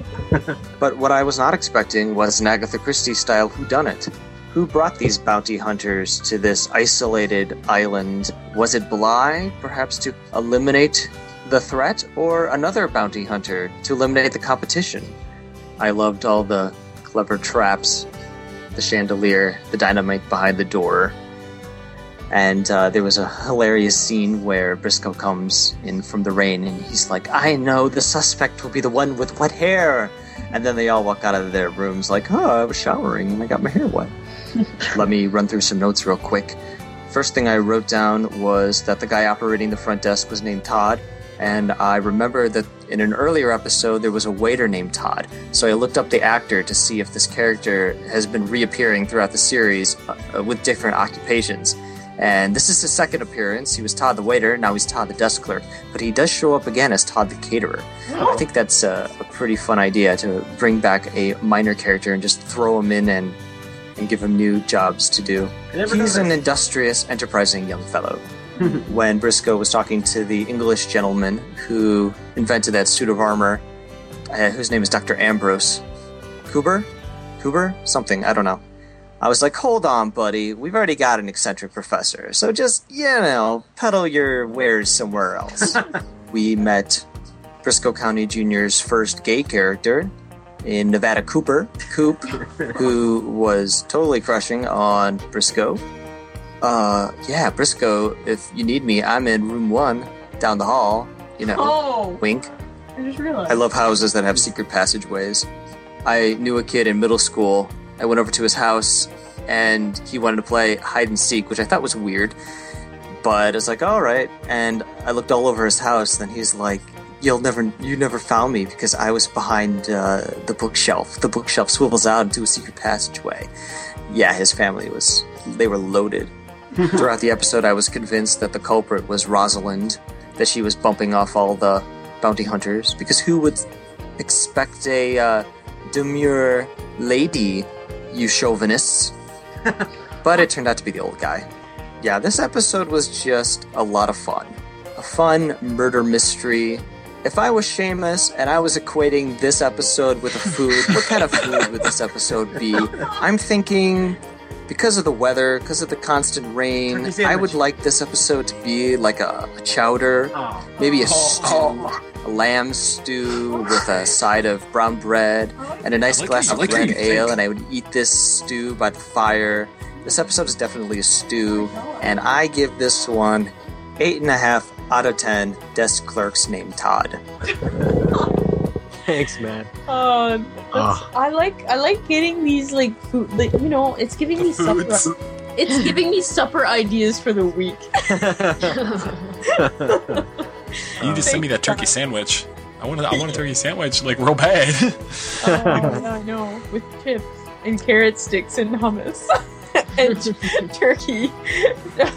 But what I was not expecting was an Agatha Christie style whodunit. Who brought these bounty hunters to this isolated island? Was it Bly, perhaps to eliminate the threat, or another bounty hunter to eliminate the competition? I loved all the clever traps, the chandelier, the dynamite behind the door. And uh, there was a hilarious scene where Briscoe comes in from the rain and he's like, I know the suspect will be the one with wet hair. And then they all walk out of their rooms like, oh, I was showering and I got my hair wet. Let me run through some notes real quick. First thing I wrote down was that the guy operating the front desk was named Todd. And I remember that in an earlier episode, there was a waiter named Todd. So I looked up the actor to see if this character has been reappearing throughout the series uh, with different occupations. And this is his second appearance. He was Todd the waiter, now he's Todd the desk clerk. But he does show up again as Todd the caterer. I think that's a, a pretty fun idea to bring back a minor character and just throw him in and and give him new jobs to do. He's an industrious, enterprising young fellow. when Briscoe was talking to the English gentleman who invented that suit of armor, uh, whose name is Dr. Ambrose Cooper, Cooper, something I don't know. I was like, hold on, buddy. We've already got an eccentric professor, so just you know, peddle your wares somewhere else. we met Briscoe County Jr.'s first gay character in Nevada Cooper, Coop, who was totally crushing on Briscoe. Uh, yeah, Briscoe, if you need me, I'm in room one down the hall. You know, Oh, wink. I just realized. I love houses that have secret passageways. I knew a kid in middle school. I went over to his house and he wanted to play hide and seek, which I thought was weird. But I was like, all right. And I looked all over his house. Then he's like, you'll never, you never found me because I was behind uh, the bookshelf. The bookshelf swivels out into a secret passageway. Yeah, his family was, they were loaded. Throughout the episode, I was convinced that the culprit was Rosalind, that she was bumping off all the bounty hunters because who would expect a uh, demure lady, you chauvinists? but it turned out to be the old guy. Yeah, this episode was just a lot of fun. A fun murder mystery. If I was Seamus and I was equating this episode with a food, what kind of food would this episode be? I'm thinking because of the weather, because of the constant rain, Turkey I would sandwich. like this episode to be like a, a chowder Oh. maybe a Oh, stew, a lamb stew with a side of brown bread and a nice I like glass how of you- I like how red you ale, think. and I would eat this stew by the fire. This episode is definitely a stew, and I give this one eight and a half out of ten. Desk clerks named Todd. Thanks, Matt. Uh, that's- Ah. I like I like getting these like food. Like, you know, it's giving me Foods. supper. It's giving me supper ideas for the week. You just sent me that turkey sandwich. I want a, I want a turkey sandwich, like real bad. Oh, yeah, I know. With chips and carrot sticks and hummus and turkey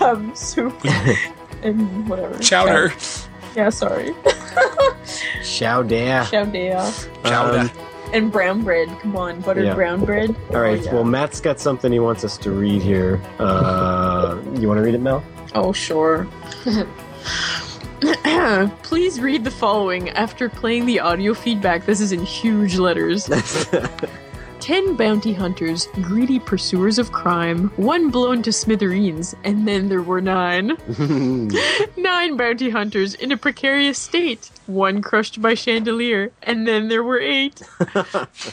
um, soup and whatever. Chowder. Yeah, sorry. Chowder. Chowder Chowder. Um, and brown bread. Come on, buttered Yeah. brown bread. all right. Oh, yeah. Well, Matt's got something he wants us to read here. Uh, you want to read it, Mel? Oh, sure. Please read the following after playing the audio feedback. This is in huge letters. Ten bounty hunters, greedy pursuers of crime, one blown to smithereens, and then there were nine. Nine bounty hunters in a precarious state, one crushed by chandelier, and then there were eight.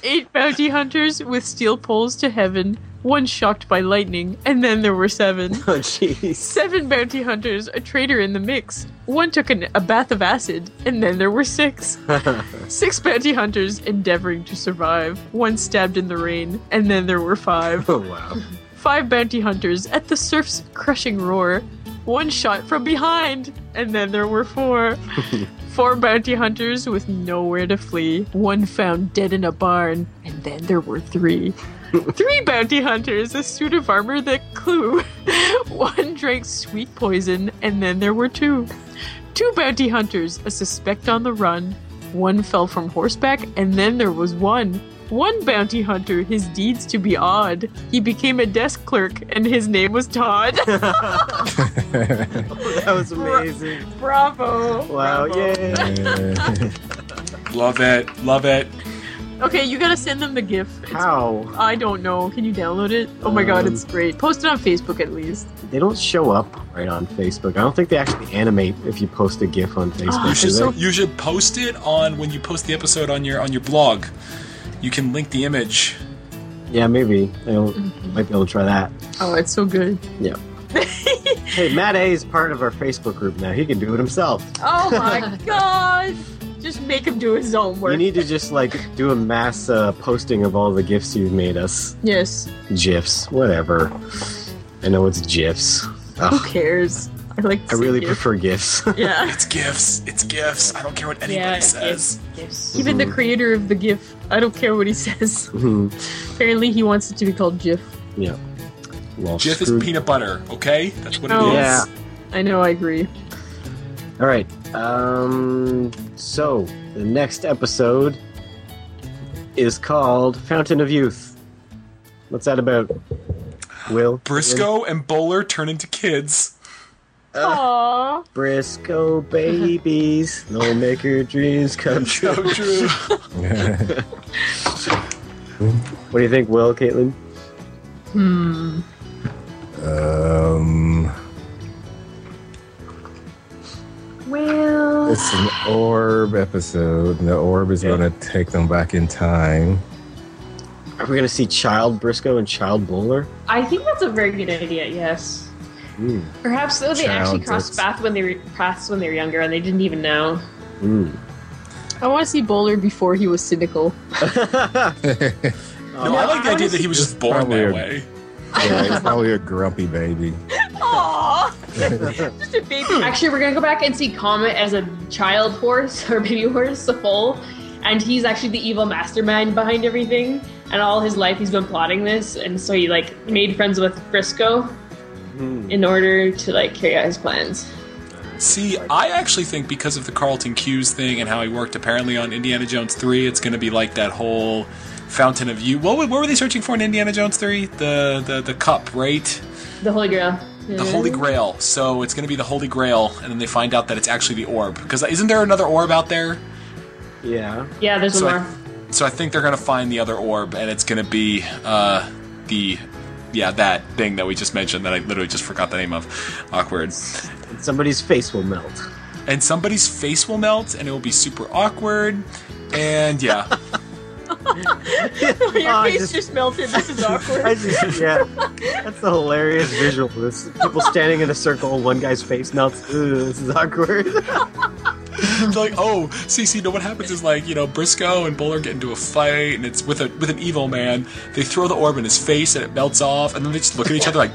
eight bounty hunters with steel poles to heaven, one shocked by lightning, and then there were seven. Oh, jeez. Seven bounty hunters, a traitor in the mix. One took an, a bath of acid, and then there were six. six bounty hunters endeavoring to survive. One stabbed in the rain, and then there were five. Oh, wow. Five bounty hunters at the surf's crushing roar. One shot from behind, and then there were four. four bounty hunters with nowhere to flee. One found dead in a barn, and then there were three. Three bounty hunters, a suit of armor that clue. One drank sweet poison, and then there were two. Two bounty hunters, a suspect on the run. One fell from horseback, and then there was one. One bounty hunter, his deeds to be odd. He became a desk clerk, and his name was Todd. That was amazing. Bravo! Wow, yay. Love it. Love it. Okay, you gotta send them the GIF. It's- How? Um, I don't know. Can you download it? Oh my god, it's great. Post it on Facebook at least. They don't show up right on Facebook. I don't think they actually animate if you post a GIF Oh, on Facebook. You do should they? you should post it on when you post the episode on your on your blog. You can link the image. Yeah, maybe. I Mm-hmm. don't, might be able to try that. Oh, it's so good. Hey, Matt A is part of our Facebook group now. He can do it himself. Oh my god! Just make him do his own You work. need to just like do a mass uh, posting of all the gifs you've made us. yes. GIFs, whatever. I know it's GIFs. Who Ugh, cares? I like. I To really see GIF. prefer GIFs. Yeah. It's gifts. It's gifts. I don't care what anybody Yeah, says. Even the Mm-hmm. creator of the GIF, I don't care what he says. Mhm. Apparently, he wants it to be called GIF. well, Jiff is screw- peanut butter. Okay, that's what No. it is. Yeah. I know. I agree. All right. Um, so the next episode is called Fountain of Youth. What's that about? Will Briscoe and Bowler turn into kids. Aww. Briscoe babies, they'll make your dreams come true. So true. What do you think, Will, Caitlin? Hmm. um, Well, It's an orb episode. and The orb is Yeah. going to take them back in time. Are we gonna see Child Briscoe and Child Bowler? I think that's a very good idea. Yes. Mm. Perhaps though they actually Child crossed that's- paths when they were paths when they were younger and they didn't even know. Mm. I want to see Bowler before he was cynical. No, I like the idea that he was just born probably that a- way. Yeah, he's probably a grumpy baby. Just a baby. Hmm. Actually, we're gonna go back and see Comet as a child horse or baby horse, a foal, and he's actually the evil mastermind behind everything. And all his life, he's been plotting this, and so he like made friends with Briscoe Hmm. in order to like carry out his plans. See, I actually think because of the Carlton Cuse thing and how he worked apparently on Indiana Jones 3, it's going to be like that whole Fountain of Youth. What, were- what were they searching for in Indiana Jones 3? The, the, the cup, right? The Holy Grail. The Holy Grail. So it's going to be the Holy Grail, and then they find out that it's actually the orb. Because isn't there another orb out there? yeah. Yeah, there's So one I, more. so I think they're going to find the other orb, and it's going to be uh, the. Yeah, that thing that we just mentioned that I literally just forgot the name of. Awkward. And somebody's face will melt. and somebody's face will melt and it will be super awkward and yeah Your Oh, I face just- just... melted. This is awkward. I just, yeah, that's a hilarious visual. This people standing in a circle, one guy's face melts. Ooh, this is awkward. it's like oh see see no what happens is like you know briscoe and bowler get into a fight and it's with a with an evil man they throw the orb in his face and it melts off and then they just look at each other like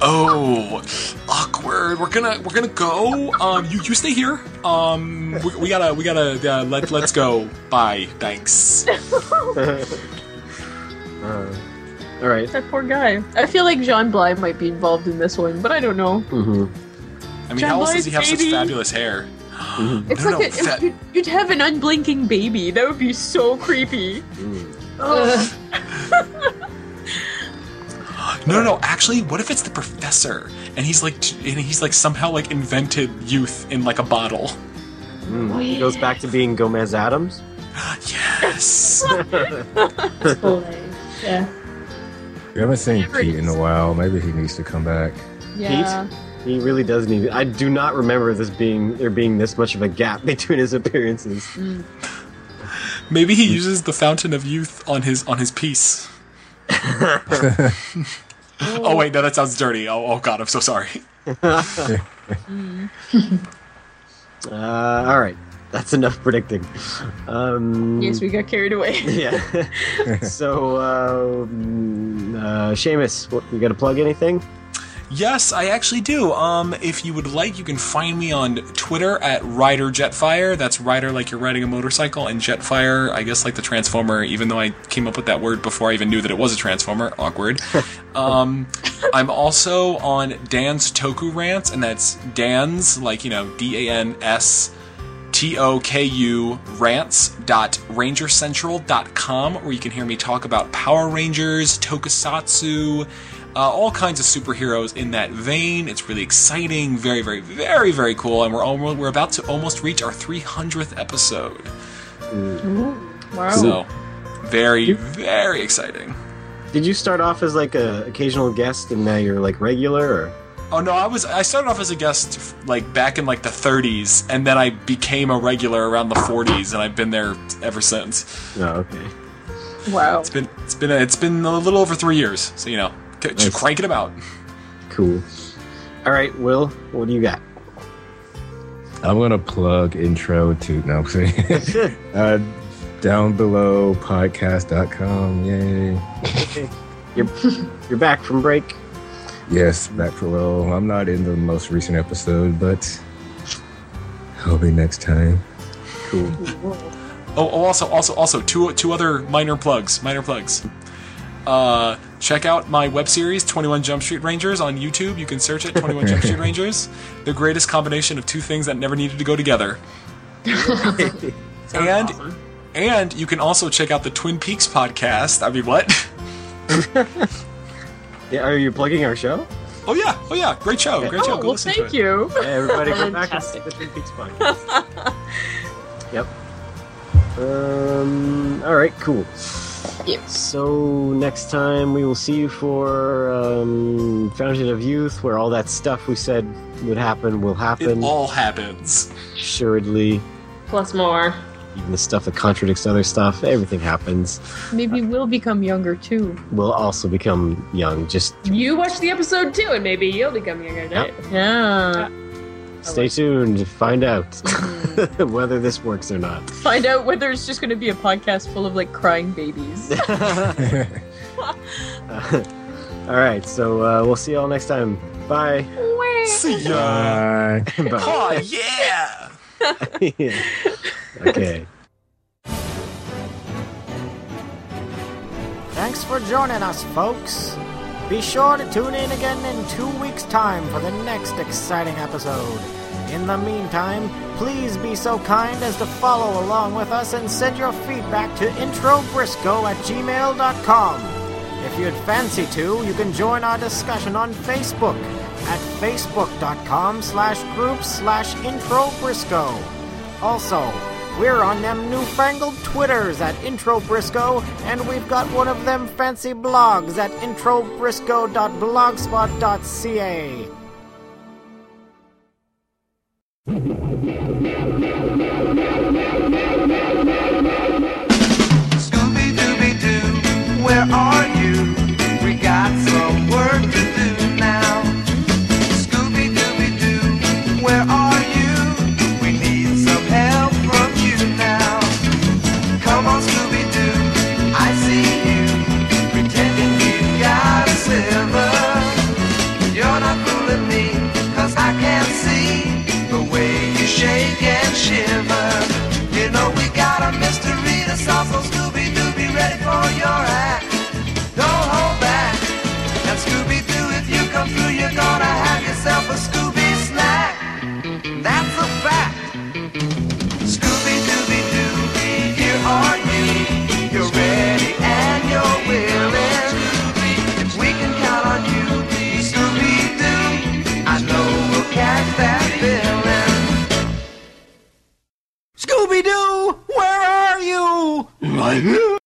oh awkward we're gonna we're gonna go um you, you stay here um we, we gotta we gotta uh, let, let's go bye thanks Uh, all right. That poor guy. I feel like Jean Bly might be involved in this one, but I don't know. Mm-hmm. i mean how else does he have such Jambalaya, baby. fabulous hair It's No, no, like a, it- fat- you'd, you'd have an unblinking baby. That would be so creepy. Mm. Ugh. No, no, no. Actually, what if it's the professor and he's like, t- and he's like somehow like invented youth in like a bottle? Hmm, He goes back to being Gomez Adams. Ah, Yes. yeah. We haven't seen Pete in a while. Maybe he needs to come back. Yeah. He really does need. I do not remember this being there being this much of a gap between his appearances. Maybe he uses the fountain of youth on his on his piece. oh wait, no, that sounds dirty. Oh, oh god, I'm so sorry. Uh, all right, that's enough predicting. Um, Yes, we got carried away. yeah. so, um, uh, Seamus, what, you got to plug anything? Yes, I actually do. Um, if you would like, you can find me on Twitter at Rider Jetfire. That's Rider like you're riding a motorcycle, and Jetfire, I guess, like the Transformer. Even though I came up with that word before I even knew that it was a Transformer. Awkward. um, I'm also on Dan's Toku Rants, and that's Dan's like you know D A N S T-O-K-U rants.rangercentral.com where you can hear me talk about Power Rangers, Tokusatsu, uh, all kinds of superheroes in that vein. It's really exciting, very, very, very, very cool, and we're almost, we're about to almost reach our 300th episode. Wow. So, very, very exciting. Did you start off as like a occasional guest and now you're like regular? Or? Oh no, I was I started off as a guest like back in like the 30s, and then I became a regular around the 40s, and I've been there ever since. No, okay. wow. It's been it's been a, it's been a little over three years, so you know, c- just Nice. crank it about. Cool. All right, Will, what do you got? I'm gonna plug intro to no I'm kidding. uh, down below podcast.com. Yay. You're, you're back from break. Yes, back for low. I'm not in the most recent episode, but I'll be next time. Cool. Oh, oh, also also also two two other minor plugs, minor plugs. Uh, check out my web series 21 Jump Street Rangers on YouTube. You can search it 21 Jump Street Rangers, the greatest combination of two things that never needed to go together. and and you can also check out the Twin Peaks podcast. I mean, what? Yeah, are you plugging our show? Oh yeah, oh yeah, great show, great show. Oh, Go well, listen thank to it. you. Yeah, everybody go back and Fantastic. the Twin Peaks podcast. yep. Um, all right, cool. Yes. So next time we will see you for um, Fountain of Youth, where all that stuff we said would happen will It happen. all happens. assuredly. Plus more. Even the stuff that contradicts other stuff, everything happens. Maybe we'll become younger too. We'll also become young. Just You watch the episode too, and maybe you'll become younger. Right? Yeah. stay tuned to find out whether this works or not. Find out whether it's just going to be a podcast full of like crying babies. all right, so uh, we'll see you all next time. Bye. See ya. Bye. Bye. Oh yeah. okay. Thanks for joining us, folks. Be sure to tune in again in two weeks' time for the next exciting episode. In the meantime, please be so kind as to follow along with us and send your feedback to introbriscoe at gmail.com. If you'd fancy to, you can join our discussion on Facebook at facebook.com slash group slash introbriscoe. Also, we're on them newfangled Twitters at Intro Briscoe, and we've got one of them fancy blogs at introbriscoe.blogspot.ca. Scooby Dooby Doo, where are you? We got some work to do now. Scooby Dooby Doo, where are you? We need some help from you now. Come on, Scooby Doo, I see you. Pretending you've got a silver. You're not fooling me, cause I can see the way you shake and shiver. You know we got a mystery to solve, so Scooby Doo be ready for your act. Don't hold back. And Scooby Doo, if you come through, you're gonna have yourself a Scooby snack. That's a fact. Scooby Dooby Doo, here are you. You're ready and you're willing. We can count on you, Scooby Doo. I know we'll catch that villain. Scooby Doo, where are you?